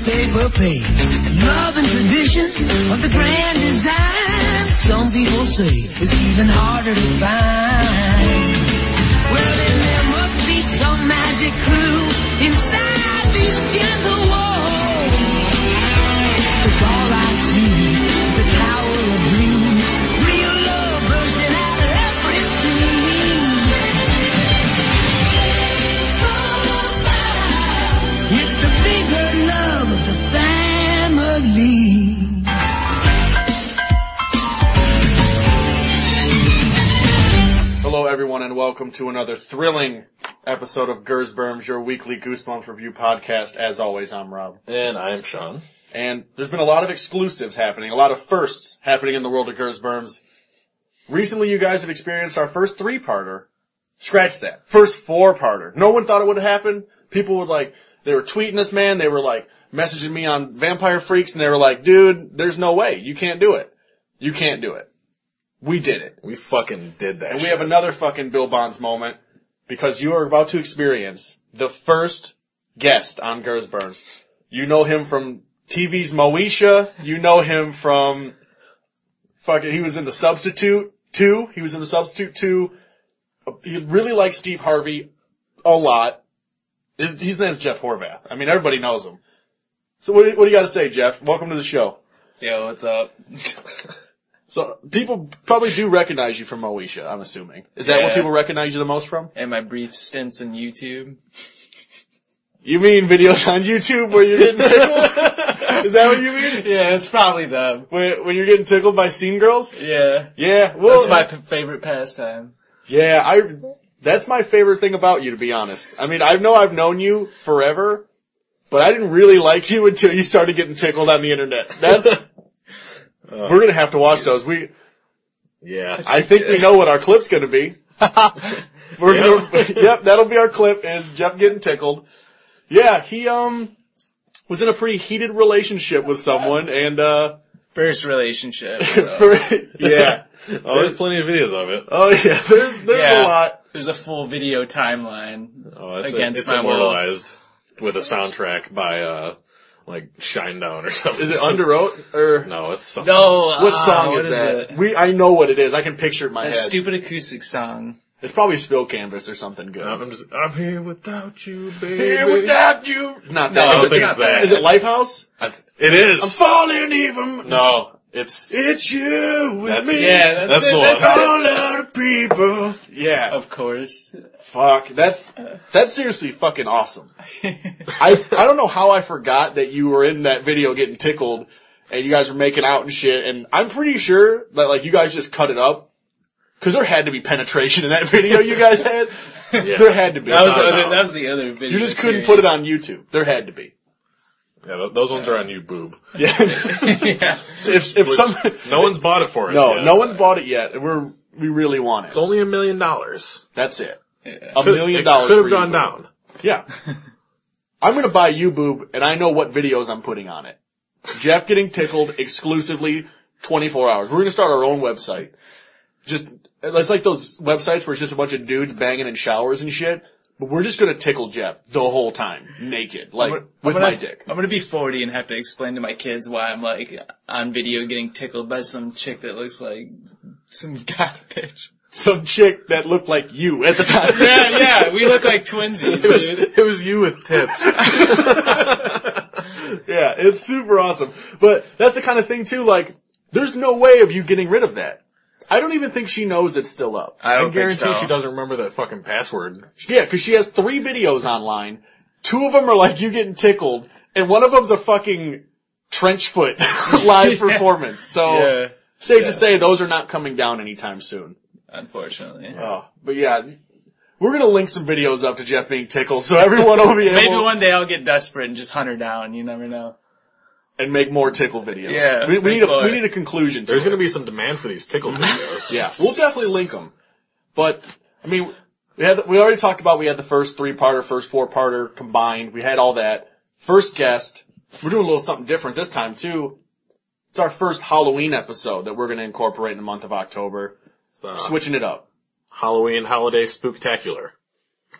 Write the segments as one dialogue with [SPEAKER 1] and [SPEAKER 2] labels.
[SPEAKER 1] pain. Love and tradition of the grand design. Some people say it's even harder to find. Well, then there must be some magic clue inside these gentle walls. 'Cause all I see is a tower of dreams. Real love bursting out of every seam. It's the bigger love of the family.
[SPEAKER 2] Hello, everyone, and welcome to another thrilling episode of Gersberms, your weekly Goosebumps review podcast. As always, I'm Rob.
[SPEAKER 3] And I am Sean.
[SPEAKER 2] And there's been a lot of exclusives happening, a lot of firsts happening in the world of Gersberms. Recently, you guys have experienced our first three-parter. Scratch that. First four-parter. No one thought it would happen. People would like, they were tweeting us, man. They were like messaging me on Vampire Freaks and they were like, dude, there's no way. You can't do it. You can't do it. We did it.
[SPEAKER 3] We fucking did that.
[SPEAKER 2] And we
[SPEAKER 3] shit.
[SPEAKER 2] have another fucking Bill Bonds moment because you are about to experience the first guest on Gersberns. You know him from TV's Moesha. You know him from fucking, he was in The Substitute 2. He was in The Substitute 2. He really likes Steve Harvey a lot. His, his name is Jeff Horvath. I mean, everybody knows him. So what, do- what do you got to say, Jeff? Welcome to the show.
[SPEAKER 4] Yo, what's up?
[SPEAKER 2] So people probably do recognize you from Moesha, I'm assuming. Is that what
[SPEAKER 4] Yeah.
[SPEAKER 2] people recognize you the most from?
[SPEAKER 4] and my brief stints in YouTube.
[SPEAKER 2] You mean videos on YouTube where you're getting tickled? Is that what you mean?
[SPEAKER 4] Yeah, it's probably them.
[SPEAKER 2] When, when you're getting tickled by scene girls?
[SPEAKER 4] Yeah.
[SPEAKER 2] Yeah, well,
[SPEAKER 4] That's my p- favorite pastime.
[SPEAKER 2] yeah, I. That's my favorite thing about you, to be honest. I mean, I know I've known you forever, but I didn't really like you until you started getting tickled on the internet. That's we're gonna have to watch those. We,
[SPEAKER 3] yeah.
[SPEAKER 2] I think we know what our clip's gonna be. We're gonna,
[SPEAKER 3] Yep.
[SPEAKER 2] yep, that'll be our clip is Jeff getting tickled. Yeah, he um was in a pretty heated relationship with someone, and uh,
[SPEAKER 4] First relationship. So.
[SPEAKER 2] for- yeah.
[SPEAKER 3] Oh, there's plenty of videos of it.
[SPEAKER 2] Oh yeah, there's there's a
[SPEAKER 4] Yeah.
[SPEAKER 2] lot.
[SPEAKER 4] There's a full video timeline.
[SPEAKER 3] Oh, it's,
[SPEAKER 4] Against
[SPEAKER 3] it's
[SPEAKER 4] my will.
[SPEAKER 3] immortalized with a soundtrack by uh like Shinedown or something.
[SPEAKER 2] Is it under oath or
[SPEAKER 3] No, it's something.
[SPEAKER 4] No.
[SPEAKER 2] uh, what
[SPEAKER 4] ah,
[SPEAKER 2] song
[SPEAKER 4] what
[SPEAKER 2] is that?
[SPEAKER 4] It?
[SPEAKER 2] We I know what it is. I can picture it in my
[SPEAKER 4] That
[SPEAKER 2] head.
[SPEAKER 4] stupid acoustic song.
[SPEAKER 2] It's probably Spill Canvas or something good.
[SPEAKER 3] I'm just. I'm here without you, baby.
[SPEAKER 2] Here without you. Not
[SPEAKER 3] No,
[SPEAKER 2] that.
[SPEAKER 3] I don't
[SPEAKER 2] Is it-
[SPEAKER 3] think it's that.
[SPEAKER 2] Is it Lifehouse?
[SPEAKER 3] I th- it is.
[SPEAKER 2] I'm falling even.
[SPEAKER 3] no, it's.
[SPEAKER 2] It's you with
[SPEAKER 3] That's-
[SPEAKER 2] me.
[SPEAKER 4] Yeah, that's,
[SPEAKER 3] That's
[SPEAKER 4] it.
[SPEAKER 3] the one.
[SPEAKER 4] That's it.
[SPEAKER 2] All out of people. Yeah.
[SPEAKER 4] Of course.
[SPEAKER 2] Fuck. That's that's seriously fucking awesome. I I don't know how I forgot that you were in that video getting tickled and you guys were making out and shit and I'm pretty sure that like you guys just cut it up cuz there had to be penetration in that video you guys had.
[SPEAKER 3] Yeah.
[SPEAKER 2] There had to be.
[SPEAKER 4] that was the
[SPEAKER 3] No,
[SPEAKER 4] other.
[SPEAKER 3] no.
[SPEAKER 4] That was the other video.
[SPEAKER 2] you just couldn't put it
[SPEAKER 4] series.
[SPEAKER 2] on YouTube. There had to be.
[SPEAKER 3] Yeah, th- those ones are on you, boob.
[SPEAKER 2] Yeah.
[SPEAKER 4] yeah.
[SPEAKER 2] if if
[SPEAKER 3] Which-
[SPEAKER 2] some
[SPEAKER 3] No one's bought it for us.
[SPEAKER 2] No,
[SPEAKER 3] yet.
[SPEAKER 2] no one's bought it yet. We're we really want
[SPEAKER 3] It's
[SPEAKER 2] it.
[SPEAKER 3] only a million dollars.
[SPEAKER 2] That's it.
[SPEAKER 4] Yeah.
[SPEAKER 2] A
[SPEAKER 3] Could-
[SPEAKER 2] million
[SPEAKER 3] it
[SPEAKER 2] dollars
[SPEAKER 3] Could have
[SPEAKER 2] for
[SPEAKER 3] gone
[SPEAKER 2] you.
[SPEAKER 3] down.
[SPEAKER 2] Yeah. I'm gonna buy you boob and I know what videos I'm putting on it. Jeff getting tickled exclusively 24 hours. We're gonna start our own website. Just, it's like those websites where it's just a bunch of dudes banging in showers and shit. But we're just gonna tickle Jeff the whole time. Naked. Like,
[SPEAKER 4] I'm gonna-
[SPEAKER 2] with
[SPEAKER 4] I'm gonna-
[SPEAKER 2] my dick.
[SPEAKER 4] I'm gonna be 40 and have to explain to my kids why I'm like on video getting tickled by some chick that looks like some god bitch.
[SPEAKER 2] Some chick that looked like you at the time.
[SPEAKER 4] Yeah, yeah, we look like twinsies, dude.
[SPEAKER 3] It was you with tits.
[SPEAKER 2] Yeah, it's super awesome. But that's the kind of thing too, like, there's no way of you getting rid of that. I don't even think she knows it's still up.
[SPEAKER 4] I don't
[SPEAKER 3] I guarantee
[SPEAKER 4] think so.
[SPEAKER 3] she doesn't remember that fucking password.
[SPEAKER 2] Yeah, because she has three videos online. Two of them are like you getting tickled, and one of them's a fucking trench foot live
[SPEAKER 4] Yeah.
[SPEAKER 2] performance. So
[SPEAKER 4] Yeah,
[SPEAKER 2] safe
[SPEAKER 4] Yeah.
[SPEAKER 2] to say those are not coming down anytime soon.
[SPEAKER 4] unfortunately.
[SPEAKER 2] Oh, but yeah, we're gonna link some videos up to Jeff being tickled, so everyone will be
[SPEAKER 4] Maybe
[SPEAKER 2] able
[SPEAKER 4] one day I'll get desperate and just hunt her down. You never know.
[SPEAKER 2] and make more tickle videos.
[SPEAKER 4] Yeah,
[SPEAKER 2] we, we
[SPEAKER 4] make
[SPEAKER 2] need a,
[SPEAKER 4] more.
[SPEAKER 2] we need a conclusion. To
[SPEAKER 3] There's
[SPEAKER 2] it.
[SPEAKER 3] gonna be some demand for these tickle videos.
[SPEAKER 2] Yeah, we'll definitely link them. But I mean, we had we already talked about we had the first three parter, first four parter combined. We had all that. First guest. We're doing a little something different this time too. It's our first Halloween episode that we're going to incorporate in the month of October,
[SPEAKER 3] It's the
[SPEAKER 2] switching it up.
[SPEAKER 3] Halloween holiday Uh, spooktacular.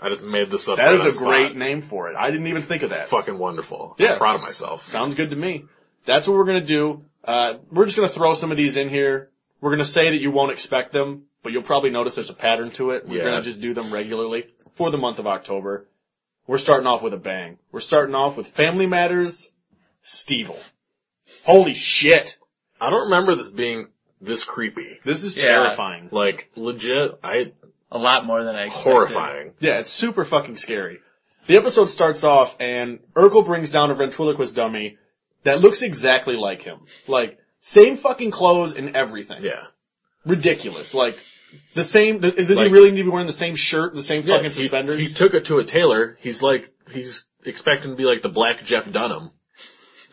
[SPEAKER 3] I just made this up.
[SPEAKER 2] That
[SPEAKER 3] right
[SPEAKER 2] is
[SPEAKER 3] on
[SPEAKER 2] a
[SPEAKER 3] the
[SPEAKER 2] great
[SPEAKER 3] spot.
[SPEAKER 2] name for it. I didn't even think of that.
[SPEAKER 3] Fucking wonderful.
[SPEAKER 2] Yeah.
[SPEAKER 3] I'm proud of myself.
[SPEAKER 2] Sounds good to me. That's what we're gonna do. Uh, we're just gonna throw some of these in here. We're gonna say that you won't expect them, but you'll probably notice there's a pattern to it. We're
[SPEAKER 3] Yeah.
[SPEAKER 2] gonna just do them regularly for the month of October. We're starting off with a bang. We're starting off with Family Matters, Stevel. Holy shit.
[SPEAKER 3] I don't remember this being this creepy.
[SPEAKER 2] This is
[SPEAKER 4] Yeah.
[SPEAKER 2] terrifying.
[SPEAKER 3] Like legit, I
[SPEAKER 4] A lot more than I expected.
[SPEAKER 3] horrifying.
[SPEAKER 2] Yeah, it's super fucking scary. The episode starts off and Urkel brings down a ventriloquist dummy that looks exactly like him. Like, same fucking clothes and everything.
[SPEAKER 3] Yeah.
[SPEAKER 2] ridiculous. Like the same. th- Does he
[SPEAKER 3] Like-
[SPEAKER 2] really need to be wearing the same shirt, the same
[SPEAKER 3] Yeah,
[SPEAKER 2] fucking
[SPEAKER 3] he-
[SPEAKER 2] suspenders?
[SPEAKER 3] He, took it to a tailor. He's like, he's expecting to be like the black Jeff Dunham,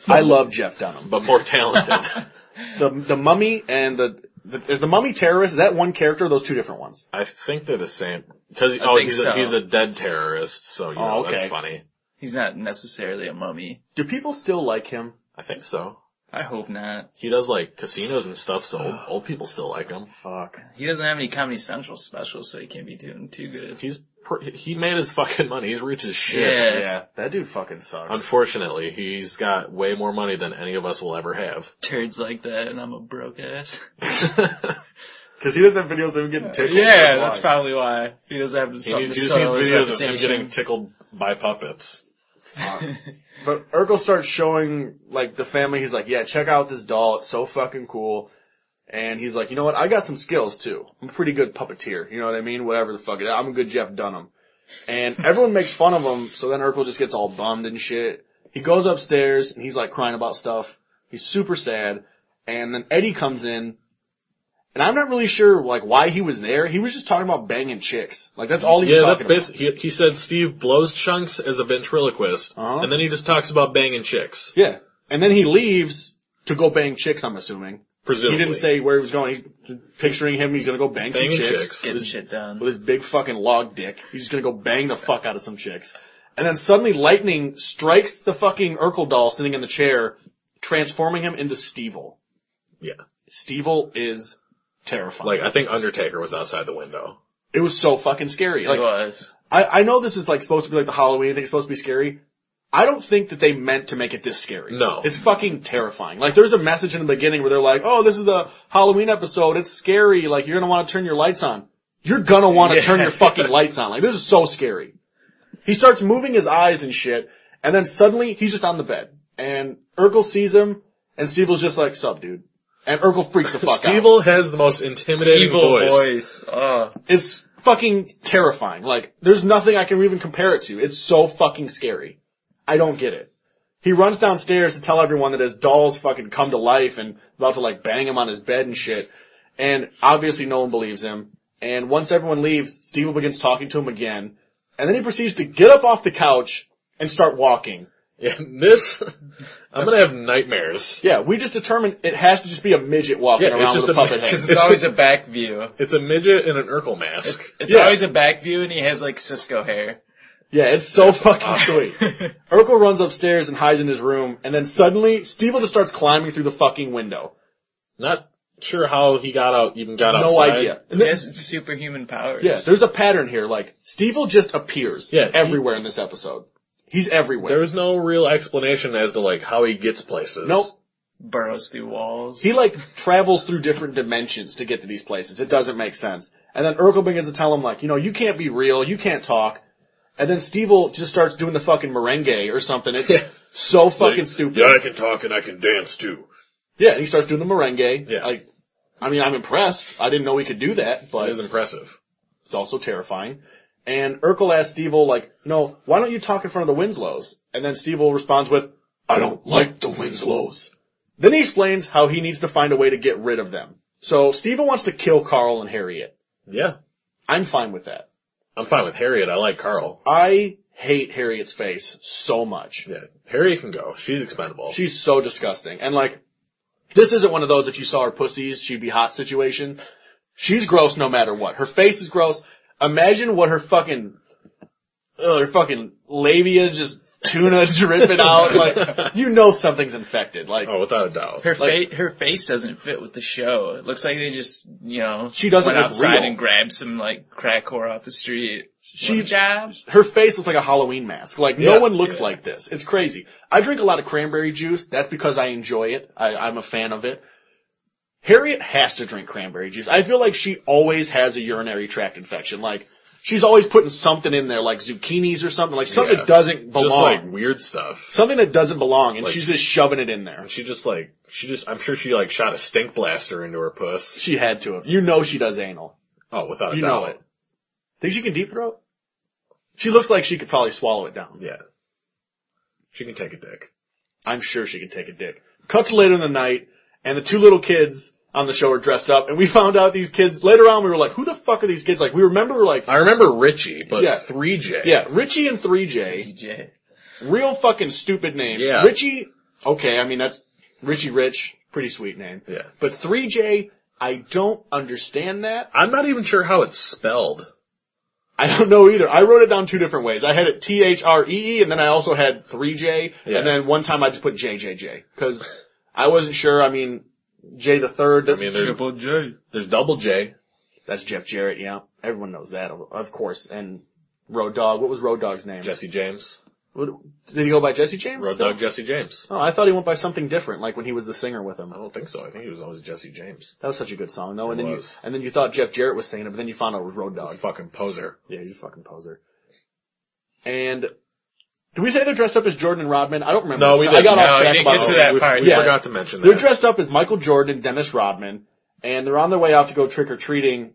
[SPEAKER 2] I love Jeff Dunham.
[SPEAKER 3] but more talented.
[SPEAKER 2] The the mummy and the, the is the mummy terrorist. Is that one character? or Those two different ones.
[SPEAKER 3] I think they're the same. Cause, oh,
[SPEAKER 4] think
[SPEAKER 3] he's,
[SPEAKER 4] so.
[SPEAKER 3] a, he's a dead terrorist, so you know,
[SPEAKER 2] Oh, okay.
[SPEAKER 3] that's funny.
[SPEAKER 4] He's not necessarily a mummy.
[SPEAKER 2] Do people still like him?
[SPEAKER 3] I think so.
[SPEAKER 4] I hope not.
[SPEAKER 3] He does like casinos and stuff, so old, old people still like him.
[SPEAKER 2] Fuck.
[SPEAKER 4] He doesn't have any Comedy Central specials, so he can't be doing too good.
[SPEAKER 3] He's, pr- he made his fucking money. He's rich as shit.
[SPEAKER 4] Yeah.
[SPEAKER 2] Yeah, that dude fucking sucks.
[SPEAKER 3] Unfortunately, he's got way more money than any of us will ever have.
[SPEAKER 4] Turds like that, and I'm a broke ass.
[SPEAKER 2] Because he doesn't have videos of him getting tickled.
[SPEAKER 4] yeah,
[SPEAKER 2] why.
[SPEAKER 4] that's probably why he doesn't have
[SPEAKER 3] he, he
[SPEAKER 4] something to
[SPEAKER 3] just needs
[SPEAKER 4] sell his
[SPEAKER 3] videos of him
[SPEAKER 4] reputation.
[SPEAKER 3] getting tickled by puppets.
[SPEAKER 2] But Urkel starts showing like the family. He's like, yeah, check out this doll. It's so fucking cool. And he's like, you know what? I got some skills too. I'm a pretty good puppeteer. You know what I mean? Whatever the fuck it is. I'm a good Jeff Dunham. And everyone makes fun of him. So then Urkel just gets all bummed and shit. He goes upstairs and he's like crying about stuff. He's super sad. And then Eddie comes in. And I'm not really sure like why he was there. He was just talking about banging chicks. Like that's all he was
[SPEAKER 3] Yeah, that's
[SPEAKER 2] talking about.
[SPEAKER 3] basically, he, he said Steve blows chunks as a ventriloquist,
[SPEAKER 2] Uh-huh.
[SPEAKER 3] and then he just talks about banging chicks,
[SPEAKER 2] Yeah. And then he leaves to go bang chicks, I'm assuming.
[SPEAKER 3] presumably.
[SPEAKER 2] He didn't say where he was going. He's picturing him. He's gonna go bang some
[SPEAKER 3] Banging
[SPEAKER 2] chicks,
[SPEAKER 3] chicks.
[SPEAKER 2] With,
[SPEAKER 4] Getting
[SPEAKER 2] his,
[SPEAKER 4] shit done.
[SPEAKER 2] with his big fucking log dick. He's just gonna go bang the fuck out of some chicks. And then suddenly lightning strikes the fucking Urkel doll sitting in the chair, transforming him into Stevel.
[SPEAKER 3] Yeah.
[SPEAKER 2] Stevel is terrifying.
[SPEAKER 3] Like, I think Undertaker was outside the window.
[SPEAKER 2] it was so fucking scary. Like
[SPEAKER 4] it was.
[SPEAKER 2] I, I know this is like supposed to be like the Halloween thing, it's supposed to be scary. I don't think that they meant to make it this scary.
[SPEAKER 3] No.
[SPEAKER 2] It's fucking terrifying. Like there's a message in the beginning where they're like, oh, this is the Halloween episode, it's scary, like you're gonna wanna turn your lights on. You're gonna wanna
[SPEAKER 4] Yeah.
[SPEAKER 2] turn your fucking lights on. Like this is so scary. He starts moving his eyes and shit, and then suddenly he's just on the bed. And Urkel sees him, and Stevel's just like, sup dude. And Urkel freaks the fuck out.
[SPEAKER 3] Stevel has the most intimidating
[SPEAKER 4] Evil
[SPEAKER 3] voice.
[SPEAKER 4] voice.
[SPEAKER 2] Ah.
[SPEAKER 4] Oh,
[SPEAKER 2] It's fucking terrifying. Like, there's nothing I can even compare it to. It's so fucking scary. I don't get it. He runs downstairs to tell everyone that his doll's fucking come to life and about to like bang him on his bed and shit. And obviously no one believes him. And once everyone leaves, Steve begins talking to him again. And then he proceeds to get up off the couch and start walking.
[SPEAKER 3] Yeah, this, I'm gonna have nightmares.
[SPEAKER 2] Yeah, we just determined it has to just be a midget walking
[SPEAKER 3] Yeah, it's
[SPEAKER 2] around
[SPEAKER 3] just
[SPEAKER 2] with a
[SPEAKER 3] a-
[SPEAKER 2] puppet head.
[SPEAKER 4] because it's,
[SPEAKER 3] It's-
[SPEAKER 4] always a back view.
[SPEAKER 3] It's a midget in an Urkel mask.
[SPEAKER 4] It's
[SPEAKER 2] Yeah.
[SPEAKER 4] always a back view, and he has like Cisco hair.
[SPEAKER 2] Yeah, it's so fucking sweet. Urkel runs upstairs and hides in his room, and then suddenly Steve just starts climbing through the fucking window.
[SPEAKER 3] Not sure how he got out, even got
[SPEAKER 2] no
[SPEAKER 3] outside.
[SPEAKER 2] idea.
[SPEAKER 4] He has superhuman powers.
[SPEAKER 2] Yes, there's a pattern here. Like Steve just appears
[SPEAKER 3] Yeah, he-
[SPEAKER 2] everywhere in this episode. He's everywhere.
[SPEAKER 3] There was no real explanation as to like how he gets places.
[SPEAKER 2] nope.
[SPEAKER 4] burrows through walls.
[SPEAKER 2] He like travels through different dimensions to get to these places. It doesn't make sense. And then Urkel begins to tell him like, you know, you can't be real, you can't talk. And then Steve just starts doing the fucking merengue or something. It's
[SPEAKER 3] Yeah.
[SPEAKER 2] so
[SPEAKER 3] Like,
[SPEAKER 2] fucking stupid.
[SPEAKER 3] Yeah, I can talk and I can dance too.
[SPEAKER 2] Yeah, and he starts doing the merengue.
[SPEAKER 3] Yeah.
[SPEAKER 2] Like, I mean, I'm impressed. I didn't know we could do that,
[SPEAKER 3] That
[SPEAKER 2] but
[SPEAKER 3] is impressive.
[SPEAKER 2] it's also terrifying. And Urkel asks Stevel, like, no, why don't you talk in front of the Winslows? And then Stevel responds with, I don't like the Winslows. Then he explains how he needs to find a way to get rid of them. So Stevel wants to kill Carl and Harriet.
[SPEAKER 3] Yeah.
[SPEAKER 2] I'm fine with that.
[SPEAKER 3] I'm fine with Harriet. I like Carl.
[SPEAKER 2] I hate Harriet's face so much.
[SPEAKER 3] Yeah. Harriet can go. She's expendable.
[SPEAKER 2] She's so disgusting. And like, this isn't one of those if you saw her pussies, she'd be hot situation. She's gross no matter what. Her face is gross. Imagine what her fucking, ugh, her fucking labia just tuna dripping out. Like, you know something's infected. Like,
[SPEAKER 3] oh, without a doubt.
[SPEAKER 4] her
[SPEAKER 2] like-
[SPEAKER 4] face, her face doesn't fit with the show. It looks like they just, you know,
[SPEAKER 2] She doesn't
[SPEAKER 4] went
[SPEAKER 2] look
[SPEAKER 4] outside
[SPEAKER 2] real.
[SPEAKER 4] and grabbed some like crack whore off the street.
[SPEAKER 2] She,
[SPEAKER 4] job.
[SPEAKER 2] her face looks like a Halloween mask. Like
[SPEAKER 3] Yeah,
[SPEAKER 2] no one looks
[SPEAKER 3] yeah.
[SPEAKER 2] like this. It's crazy. I drink a lot of cranberry juice. That's because I enjoy it. I, I'm a fan of it. Harriet has to drink cranberry juice. I feel like she always has a urinary tract infection. Like she's always putting something in there, like zucchinis or something, like something
[SPEAKER 3] Yeah.
[SPEAKER 2] that doesn't belong.
[SPEAKER 3] Just like weird stuff.
[SPEAKER 2] something that doesn't belong, and
[SPEAKER 3] Like-
[SPEAKER 2] she's just shoving it in there.
[SPEAKER 3] She just like, she just, I'm sure she like shot a stink blaster into her puss.
[SPEAKER 2] She had to have. You know she does anal.
[SPEAKER 3] Oh, without a
[SPEAKER 2] You
[SPEAKER 3] doubt.
[SPEAKER 2] know it. Think she can deep throat? She looks like she could probably swallow it down.
[SPEAKER 3] Yeah. She can take a dick.
[SPEAKER 2] I'm sure she can take a dick. Cut to later in the night, and the two little kids on the show are dressed up, and we found out these kids, later on we were like, who the fuck are these kids? Like, we remember we were like,
[SPEAKER 3] I remember Richie, but
[SPEAKER 2] Yeah.
[SPEAKER 3] 3J.
[SPEAKER 2] yeah, Richie and 3J,
[SPEAKER 4] DJ.
[SPEAKER 2] real fucking stupid names.
[SPEAKER 3] Yeah.
[SPEAKER 2] Richie, okay, I mean that's, Richie Rich, pretty sweet name.
[SPEAKER 3] Yeah.
[SPEAKER 2] But 3J, I don't understand that.
[SPEAKER 3] I'm not even sure how it's spelled.
[SPEAKER 2] I don't know either. I wrote it down two different ways. I had it T-H-R-E-E, E and then I also had 3J,
[SPEAKER 3] Yeah.
[SPEAKER 2] and then one time I just put JJJ, cause I wasn't sure, I mean, J the third.
[SPEAKER 3] I mean, there's,
[SPEAKER 4] J.
[SPEAKER 3] there's double J.
[SPEAKER 2] That's Jeff Jarrett. Yeah, everyone knows that, of course. And Road Dog. What was Road Dog's name?
[SPEAKER 3] Jesse James.
[SPEAKER 2] What, did he go by Jesse James?
[SPEAKER 3] Road Dog Jesse James.
[SPEAKER 2] Oh, I thought he went by something different, like when he was the singer with him.
[SPEAKER 3] I don't think so. I think he was always Jesse James.
[SPEAKER 2] That was such a good song, though. And
[SPEAKER 3] It
[SPEAKER 2] then
[SPEAKER 3] was.
[SPEAKER 2] you and then you thought Jeff Jarrett was singing it, but then you found out it was Road
[SPEAKER 3] A
[SPEAKER 2] Dog.
[SPEAKER 3] fucking poser.
[SPEAKER 2] Yeah, he's a fucking poser. And do we say they're dressed up as Jordan and Rodman? I don't remember.
[SPEAKER 3] No, we
[SPEAKER 2] I
[SPEAKER 3] didn't.
[SPEAKER 2] got
[SPEAKER 4] No,
[SPEAKER 2] off
[SPEAKER 4] we
[SPEAKER 2] track
[SPEAKER 4] didn't
[SPEAKER 2] about
[SPEAKER 4] get to
[SPEAKER 2] it.
[SPEAKER 4] that
[SPEAKER 3] We-
[SPEAKER 4] part.
[SPEAKER 3] We
[SPEAKER 2] Yeah.
[SPEAKER 3] forgot to mention that.
[SPEAKER 2] They're dressed up as Michael Jordan and Dennis Rodman, and they're on their way out to go trick or treating,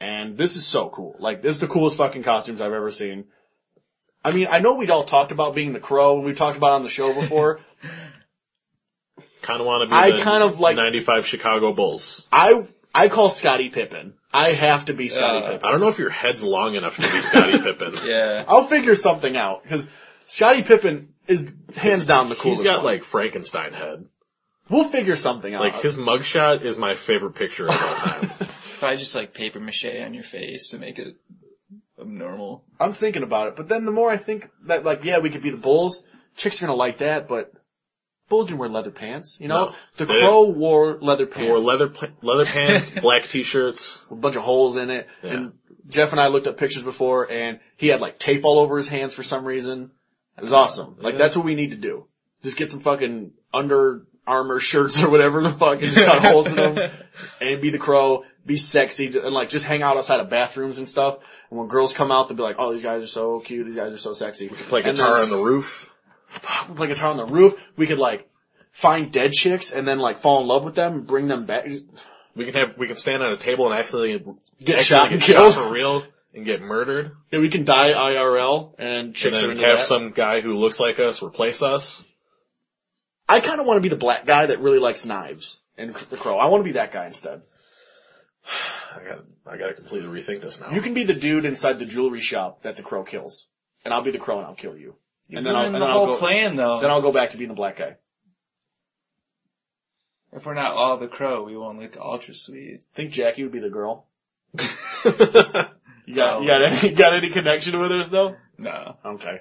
[SPEAKER 2] and this is so cool. Like, this is the coolest fucking costumes I've ever seen. I mean, I know we'd all talked about being the crow, and we talked about it on the show before.
[SPEAKER 3] kind of want to be
[SPEAKER 2] I
[SPEAKER 3] the
[SPEAKER 2] kind of like-
[SPEAKER 3] 95 Chicago Bulls.
[SPEAKER 2] I, I call Scottie Pippen. I have to be Scottie
[SPEAKER 4] Uh,
[SPEAKER 2] Pippen.
[SPEAKER 3] I don't know if your head's long enough to be Scottie Pippen.
[SPEAKER 4] Yeah.
[SPEAKER 2] I'll figure something out, cause Scottie Pippen is hands down the coolest
[SPEAKER 3] He's got
[SPEAKER 2] one.
[SPEAKER 3] like Frankenstein head.
[SPEAKER 2] we'll figure something out.
[SPEAKER 3] Like his mugshot is my favorite picture of all time.
[SPEAKER 4] Probably just like paper mache on your face to make it abnormal.
[SPEAKER 2] I'm thinking about it, but then the more I think that like, yeah, we could be the Bulls. Chicks are gonna like that, but Bulls didn't wear leather pants, you know?
[SPEAKER 3] No.
[SPEAKER 2] the
[SPEAKER 3] They-
[SPEAKER 2] Crow wore leather pants.
[SPEAKER 3] Wore leather pla- leather pants, black t-shirts.
[SPEAKER 2] with a bunch of holes in it.
[SPEAKER 3] Yeah.
[SPEAKER 2] And Jeff and I looked up pictures before and he had like tape all over his hands for some reason. It was awesome. Like
[SPEAKER 3] Yeah.
[SPEAKER 2] that's what we need to do. Just get some fucking under armor shirts or whatever the fuck and just cut holes in them and be the crow, be sexy and like just hang out outside of bathrooms and stuff. And when girls come out, they'll be like, oh, these guys are so cute. These guys are so sexy. We
[SPEAKER 3] Play guitar on the roof.
[SPEAKER 2] we play guitar on the roof. We could like find dead chicks and then like fall in love with them, bring them back,
[SPEAKER 3] We can have we can stand on a table and accidentally
[SPEAKER 2] get
[SPEAKER 3] actually
[SPEAKER 2] shot
[SPEAKER 3] get
[SPEAKER 2] and killed.
[SPEAKER 3] shot for real and get murdered.
[SPEAKER 2] Yeah, we can die IRL and chicks
[SPEAKER 3] And
[SPEAKER 2] are
[SPEAKER 3] then
[SPEAKER 2] into
[SPEAKER 3] have
[SPEAKER 2] that.
[SPEAKER 3] some guy who looks like us replace us.
[SPEAKER 2] I kind of want to be the black guy that really likes knives and the crow. I want to be that guy instead.
[SPEAKER 3] I got I got to completely rethink this now.
[SPEAKER 2] You can be the dude inside the jewelry shop that the crow kills, and I'll be the crow and I'll kill you. And then I'll,
[SPEAKER 4] Ruin
[SPEAKER 2] and
[SPEAKER 4] the
[SPEAKER 2] then I'll
[SPEAKER 4] whole
[SPEAKER 2] go,
[SPEAKER 4] plan though.
[SPEAKER 2] then I'll go back to being the black guy.
[SPEAKER 4] if we're not all the crow, we won't look ultra sweet.
[SPEAKER 2] Think Jackie would be the girl. You got,
[SPEAKER 4] No.
[SPEAKER 2] you got any, you got any connection with us though?
[SPEAKER 4] No.
[SPEAKER 2] Okay.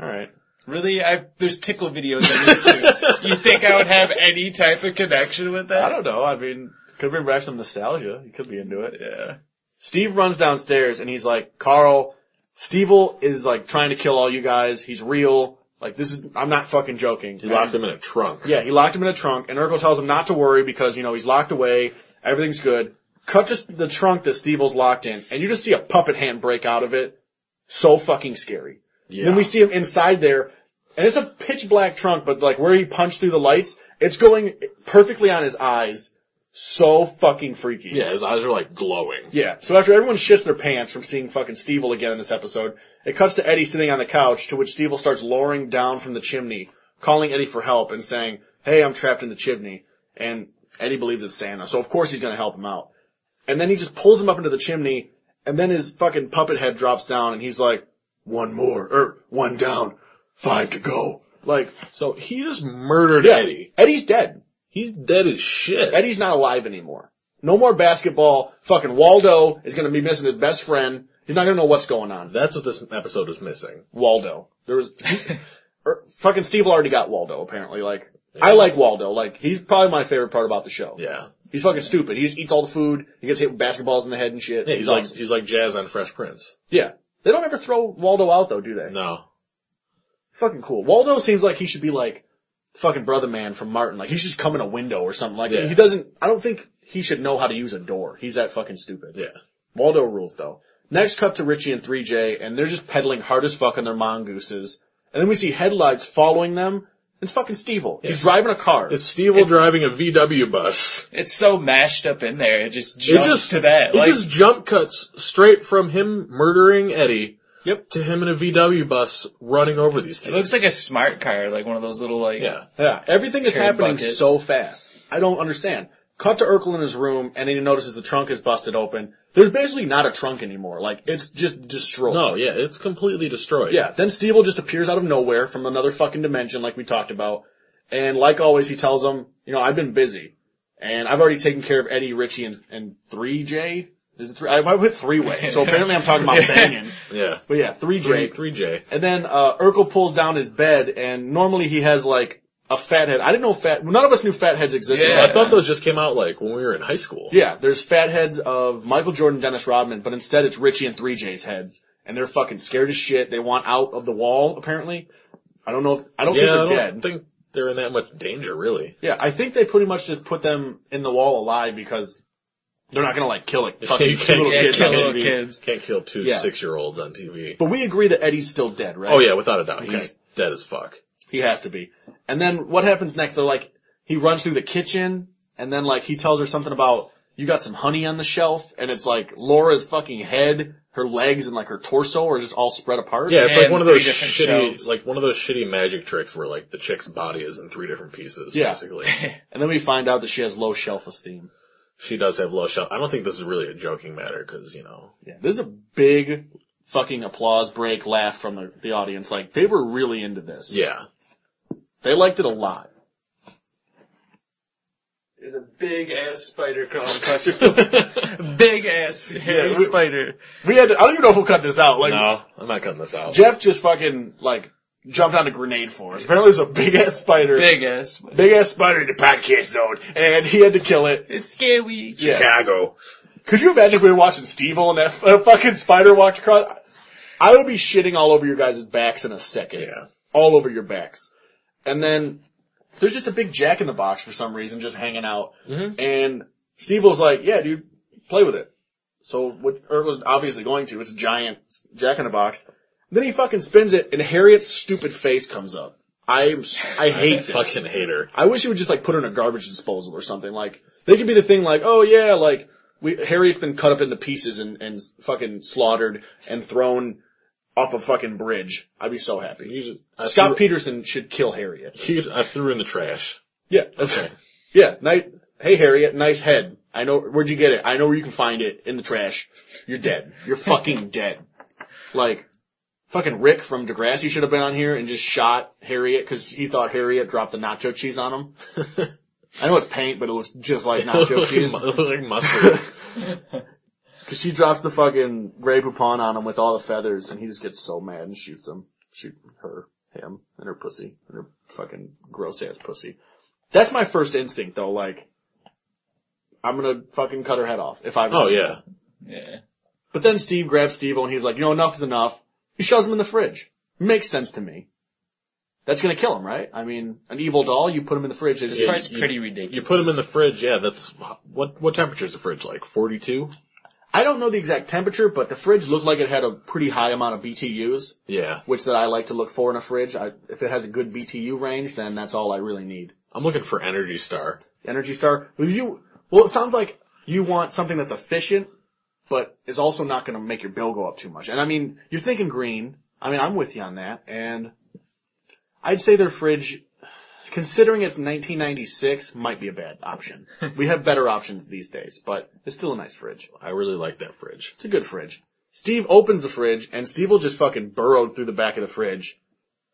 [SPEAKER 2] Alright.
[SPEAKER 4] Really? I there's tickle videos on YouTube. you think I would have any type of connection with that?
[SPEAKER 2] I don't know. I mean, could bring back some nostalgia. You could be into it.
[SPEAKER 4] Yeah.
[SPEAKER 2] Steve runs downstairs and he's like, Carl, Stevel is like trying to kill all you guys. He's real. Like this is, I'm not fucking joking.
[SPEAKER 3] He locked him in a trunk.
[SPEAKER 2] Yeah, he locked him in a trunk and Urkel tells him not to worry because, you know, he's locked away. Everything's good. Cut to s- the trunk that Stevel's locked in and you just see a puppet hand break out of it. So fucking scary.
[SPEAKER 3] Yeah.
[SPEAKER 2] Then we see him inside there, and it's a pitch black trunk, but like where he punched through the lights, it's going perfectly on his eyes. So fucking freaky.
[SPEAKER 3] yeah, his eyes are like glowing.
[SPEAKER 2] Yeah. So after everyone shits their pants from seeing fucking Stevel again in this episode, it cuts to Eddie sitting on the couch, to which Stevel starts lowering down from the chimney, calling Eddie for help and saying, hey, I'm trapped in the chimney. And Eddie believes it's Santa, so of course he's gonna help him out. And then he just pulls him up into the chimney, and then his fucking puppet head drops down, and he's like, one more, or one down, five to go. Like,
[SPEAKER 3] So he just murdered
[SPEAKER 2] yeah,
[SPEAKER 3] Eddie.
[SPEAKER 2] Eddie's dead.
[SPEAKER 3] He's dead as shit.
[SPEAKER 2] Eddie's not alive anymore. No more basketball. Fucking Waldo is gonna be missing his best friend. He's not gonna know what's going on.
[SPEAKER 3] That's what this episode is missing.
[SPEAKER 2] Waldo. There was, er, fucking Steve already got Waldo apparently. Like, I like Waldo. Like, he's probably my favorite part about the show.
[SPEAKER 3] Yeah.
[SPEAKER 2] He's fucking stupid. He just eats all the food. He gets hit with basketballs in the head and shit.
[SPEAKER 3] Yeah, he's like he's like Jazz on Fresh Prince.
[SPEAKER 2] yeah. They don't ever throw Waldo out though, do they?
[SPEAKER 3] No.
[SPEAKER 2] Fucking cool. Waldo seems like he should be like fucking brother man from Martin. Like he should just come in a window or something like
[SPEAKER 3] Yeah.
[SPEAKER 2] that. He doesn't, I don't think he should know how to use a door. He's that fucking stupid.
[SPEAKER 3] Yeah.
[SPEAKER 2] Waldo rules though. Next cut to Richie and 3J and they're just peddling hard as fuck on their mongooses. And then we see headlights following them. It's fucking Stevel.
[SPEAKER 3] Yes.
[SPEAKER 2] He's driving a car.
[SPEAKER 3] It's Steve driving a VW bus.
[SPEAKER 4] It's so mashed up in there. It just jumps
[SPEAKER 3] just-
[SPEAKER 4] to that.
[SPEAKER 3] It
[SPEAKER 4] Like,
[SPEAKER 3] just jump cuts straight from him murdering Eddie
[SPEAKER 2] Yep.
[SPEAKER 3] to him in a VW bus running over these
[SPEAKER 4] it
[SPEAKER 3] kids.
[SPEAKER 4] looks like a smart car, like one of those little like.
[SPEAKER 3] yeah.
[SPEAKER 2] Yeah, everything is
[SPEAKER 4] Tearing
[SPEAKER 2] happening
[SPEAKER 4] buckets.
[SPEAKER 2] so fast. I don't understand. Cut to Urkel in his room, and then he notices the trunk is busted open. There's basically not a trunk anymore. Like it's just destroyed.
[SPEAKER 3] No, yeah, it's completely destroyed.
[SPEAKER 2] Yeah. Then Stevel just appears out of nowhere from another fucking dimension, like we talked about. And like always, he tells him, you know, I've been busy, and I've already taken care of Eddie, Richie, and and three J. Is it three? I went with three way. So apparently, I'm talking about banging.
[SPEAKER 3] yeah.
[SPEAKER 2] But yeah, three
[SPEAKER 3] Three,
[SPEAKER 2] J.
[SPEAKER 3] three J.
[SPEAKER 2] And then uh Urkel pulls down his bed, and normally he has like a fathead. I didn't know fat. None of us knew fatheads existed.
[SPEAKER 4] Yeah.
[SPEAKER 2] Like,
[SPEAKER 3] I thought those just came out like when we were in high school.
[SPEAKER 2] yeah, there's fatheads of Michael Jordan, Dennis Rodman, but instead it's Richie and 3J's heads, and they're fucking scared as shit. They want out of the wall apparently. I don't know. If, I don't
[SPEAKER 3] Yeah,
[SPEAKER 2] think
[SPEAKER 3] I
[SPEAKER 2] they're
[SPEAKER 3] don't
[SPEAKER 2] dead.
[SPEAKER 3] think they're in that much danger, really.
[SPEAKER 2] yeah, I think they pretty much just put them in the wall alive because they're not gonna like kill it.
[SPEAKER 3] You
[SPEAKER 2] Fucking
[SPEAKER 3] can't-
[SPEAKER 2] two little
[SPEAKER 3] yeah,
[SPEAKER 2] kids.
[SPEAKER 3] kill
[SPEAKER 2] on
[SPEAKER 3] little
[SPEAKER 2] TV.
[SPEAKER 4] kids.
[SPEAKER 3] Can't kill two
[SPEAKER 2] Yeah.
[SPEAKER 3] six-year-olds on TV.
[SPEAKER 2] But we agree that Eddie's still dead, right?
[SPEAKER 3] Oh yeah, without a doubt,
[SPEAKER 2] Okay.
[SPEAKER 3] he's dead as fuck.
[SPEAKER 2] He has to be. And then what happens next? They're like, he runs through the kitchen and then like he tells her something about, you got some honey on the shelf and it's like Laura's fucking head, her legs and like her torso are just all spread apart.
[SPEAKER 3] Yeah, it's like
[SPEAKER 4] And
[SPEAKER 3] one of
[SPEAKER 4] three
[SPEAKER 3] those
[SPEAKER 4] different
[SPEAKER 3] shitty,
[SPEAKER 4] shelves.
[SPEAKER 3] like one of those shitty magic tricks where like the chick's body is in three different pieces,
[SPEAKER 2] Yeah.
[SPEAKER 3] basically.
[SPEAKER 2] And then we find out that she has low shelf esteem.
[SPEAKER 3] she does have low shelf. I don't think this is really a joking matter because you know
[SPEAKER 2] Yeah. There's a big fucking applause break laugh from the, the audience. Like they were really into this.
[SPEAKER 3] Yeah.
[SPEAKER 2] They liked it a lot.
[SPEAKER 4] There's a big ass spider crawling across your
[SPEAKER 3] no,
[SPEAKER 4] Big ass hairy
[SPEAKER 2] we-
[SPEAKER 4] spider.
[SPEAKER 2] We had to, I don't even know if we'll cut this out. Like
[SPEAKER 3] I'm not cutting this out.
[SPEAKER 2] Jeff just fucking like jumped on a grenade for us. Apparently there's a big ass spider.
[SPEAKER 4] Big ass. spider.
[SPEAKER 2] big ass spider in the podcast zone, and he had to kill it.
[SPEAKER 4] It's scary.
[SPEAKER 2] Yeah.
[SPEAKER 3] Chicago.
[SPEAKER 2] Could you imagine if we were watching Steve and that f- uh, fucking spider walked across? I would be shitting all over your guys' backs in a second.
[SPEAKER 3] Yeah.
[SPEAKER 2] All over your backs. And then there's just a big jack in the box for some reason just hanging out.
[SPEAKER 3] Mhm.
[SPEAKER 2] And Steve was like, yeah, dude, play with it. So what Ert was obviously going to, it's a giant jack in the box. Then he fucking spins it and Harriet's stupid face comes up. I'm, s- I hate this.
[SPEAKER 3] Fucking hater.
[SPEAKER 2] I wish you would just like put her in a garbage disposal or something. Like they could be the thing like, oh yeah, like we Harry's been cut up into pieces and and fucking slaughtered and thrown off a fucking bridge. I'd be so happy.
[SPEAKER 3] You just, I
[SPEAKER 2] Scott
[SPEAKER 3] threw,
[SPEAKER 2] Peterson should kill Harriet.
[SPEAKER 3] you- I threw in the trash.
[SPEAKER 2] Yeah, that's
[SPEAKER 3] Okay.
[SPEAKER 2] yeah. Nice, hey Harriet, nice head. I know where'd you get it. I know where you can find it in the trash. You're dead. You're fucking dead. Like fucking Rick from Degrassi should have been on here and just shot Harriet because he thought Harriet dropped the nacho cheese on him. I know it's paint, but it looks just like
[SPEAKER 3] It
[SPEAKER 2] nacho
[SPEAKER 3] looked like
[SPEAKER 2] cheese.
[SPEAKER 3] mu- it looked like mustard.
[SPEAKER 2] Cause she drops the fucking Grey Poupon on him with all the feathers and he just gets so mad and shoots him. Shoot her, him, and her pussy, and her fucking gross ass pussy. That's my first instinct though, like, I'm gonna fucking cut her head off if I was
[SPEAKER 3] oh
[SPEAKER 2] Steve.
[SPEAKER 3] yeah.
[SPEAKER 4] Yeah.
[SPEAKER 2] But then Steve grabs Steve and he's like, you know, enough is enough. He shoves him in the fridge. Makes sense to me. That's gonna kill him, right? I mean, an evil doll, you put him in the fridge, they just
[SPEAKER 4] This
[SPEAKER 3] Yeah,
[SPEAKER 4] part's
[SPEAKER 3] you-
[SPEAKER 4] pretty ridiculous.
[SPEAKER 3] You put them in the fridge. Yeah, that's what. What temperature is the fridge like? Forty two.
[SPEAKER 2] I don't know the exact temperature, but the fridge looked like it had a pretty high amount of BTUs,
[SPEAKER 3] Yeah.
[SPEAKER 2] which that I like to look for in a fridge. I, if it has a good BTU range, then that's all I really need.
[SPEAKER 3] I'm looking for Energy Star.
[SPEAKER 2] Energy Star, well, you, well, it sounds like you want something that's efficient, but is also not going to make your bill go up too much. And I mean, you're thinking green. I mean, I'm with you on that. And I'd say their fridge, considering it's 1996, might be a bad option. we have better options these days, but it's still a nice fridge.
[SPEAKER 3] I really like that fridge.
[SPEAKER 2] It's a good fridge. Steve opens the fridge, and Steve will just fucking burrowed through the back of the fridge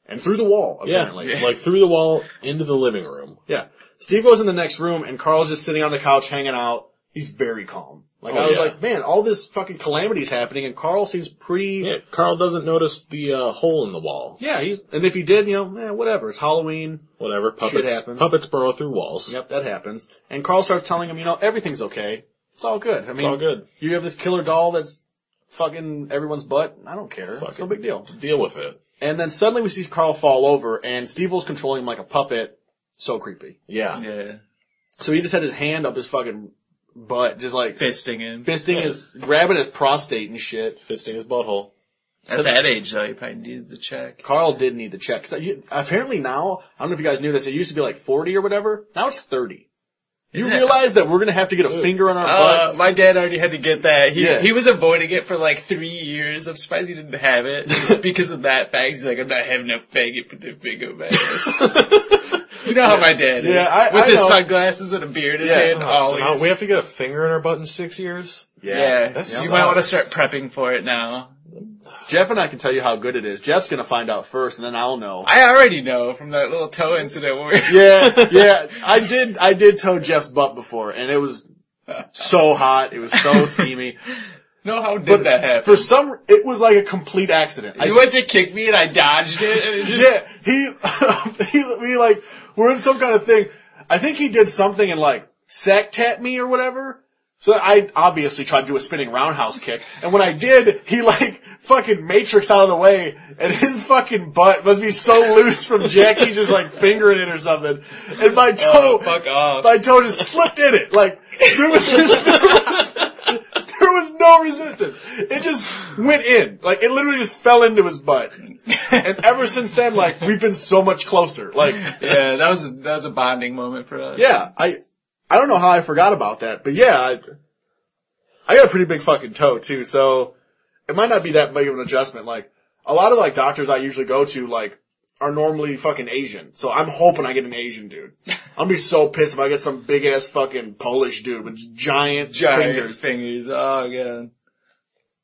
[SPEAKER 2] and through the wall, apparently.
[SPEAKER 3] Yeah. Like through the wall into the living room.
[SPEAKER 2] Yeah. Steve goes in the next room, and Carl's just sitting on the couch hanging out. He's very calm. Like,
[SPEAKER 3] Oh,
[SPEAKER 2] I was
[SPEAKER 3] yeah.
[SPEAKER 2] like, man, all this fucking calamity's happening, and Carl seems pretty...
[SPEAKER 3] Yeah. Carl doesn't notice the uh, hole in the wall.
[SPEAKER 2] Yeah, he's... And if he did, you know, eh, whatever. It's Halloween.
[SPEAKER 3] Whatever. Puppets.
[SPEAKER 2] happens.
[SPEAKER 3] Puppets burrow through walls.
[SPEAKER 2] Yep, that happens. And Carl starts telling him, you know, everything's okay. It's all good. I mean,
[SPEAKER 3] It's all good.
[SPEAKER 2] you have this killer doll that's fucking everyone's butt. I don't care. It's no
[SPEAKER 3] Fucking
[SPEAKER 2] big deal.
[SPEAKER 3] Deal with it.
[SPEAKER 2] And then suddenly we see Carl fall over and Stevel's controlling him like a puppet. So creepy.
[SPEAKER 3] Yeah.
[SPEAKER 4] Yeah.
[SPEAKER 2] So he just had his hand up his fucking butt, just like
[SPEAKER 4] Fisting him.
[SPEAKER 2] fisting his, grabbing his prostate and shit.
[SPEAKER 3] Fisting his butthole.
[SPEAKER 4] At that age though, you probably needed the check.
[SPEAKER 2] Carl did need the check. 'Cause you- Apparently now, I don't know if you guys knew this, it used to be like 40 or whatever. Now it's 30. You
[SPEAKER 4] Isn't it-
[SPEAKER 2] realize that we're gonna have to get a finger on our
[SPEAKER 4] Uh,
[SPEAKER 2] butt?
[SPEAKER 4] my dad already had to get that. He
[SPEAKER 2] Yeah.
[SPEAKER 4] he was avoiding it for like three years. I'm surprised he didn't have it. Just because of that fact, he's like, I'm not having a faggot for the finger man. you know how my dad is.
[SPEAKER 2] Yeah, I-
[SPEAKER 4] With
[SPEAKER 2] I
[SPEAKER 4] his
[SPEAKER 2] know.
[SPEAKER 4] sunglasses and a beard in his
[SPEAKER 2] Yeah.
[SPEAKER 4] hand
[SPEAKER 3] Oh,
[SPEAKER 4] always.
[SPEAKER 3] we have to get a finger in our butt in six years?
[SPEAKER 4] yeah.
[SPEAKER 3] that
[SPEAKER 4] You might want to
[SPEAKER 3] sucks.
[SPEAKER 4] start prepping for it now.
[SPEAKER 2] Jeff and I can tell you how good it is. Jeff's gonna find out first and then I'll know.
[SPEAKER 4] I already know from that little toe incident where we
[SPEAKER 2] Yeah, yeah. I did, I did toe Jeff's butt before and it was so hot. It was so steamy.
[SPEAKER 4] No, how did
[SPEAKER 2] But
[SPEAKER 4] that happen?
[SPEAKER 2] For some, it was like a complete accident. I-
[SPEAKER 4] you went to kick me and I dodged it and it just
[SPEAKER 2] yeah, he, he, we like, we're in some kind of thing. I think he did something and like sectet me or whatever. So I obviously tried to do a spinning roundhouse kick, and when I did, he like fucking matrix out of the way, and his fucking butt must be so loose from Jackie just like fingering it or something, and my toe,
[SPEAKER 4] Oh, fuck off.
[SPEAKER 2] my toe just slipped in it. Like there was just, there was, there was no resistance. It just went in. Like it literally just fell into his butt. And ever since then, like we've been so much closer. Like
[SPEAKER 4] yeah, that was that was a bonding moment for us.
[SPEAKER 2] yeah, I I don't know how I forgot about that, but yeah, I, I got a pretty big fucking toe too, so it might not be that big of an adjustment. Like a lot of like doctors I usually go to like are normally fucking Asian, so I'm hoping I get an Asian dude. I'll be so pissed if I get some big ass fucking Polish dude with giant,
[SPEAKER 4] Giant
[SPEAKER 2] fingers.
[SPEAKER 4] fingers. Oh god.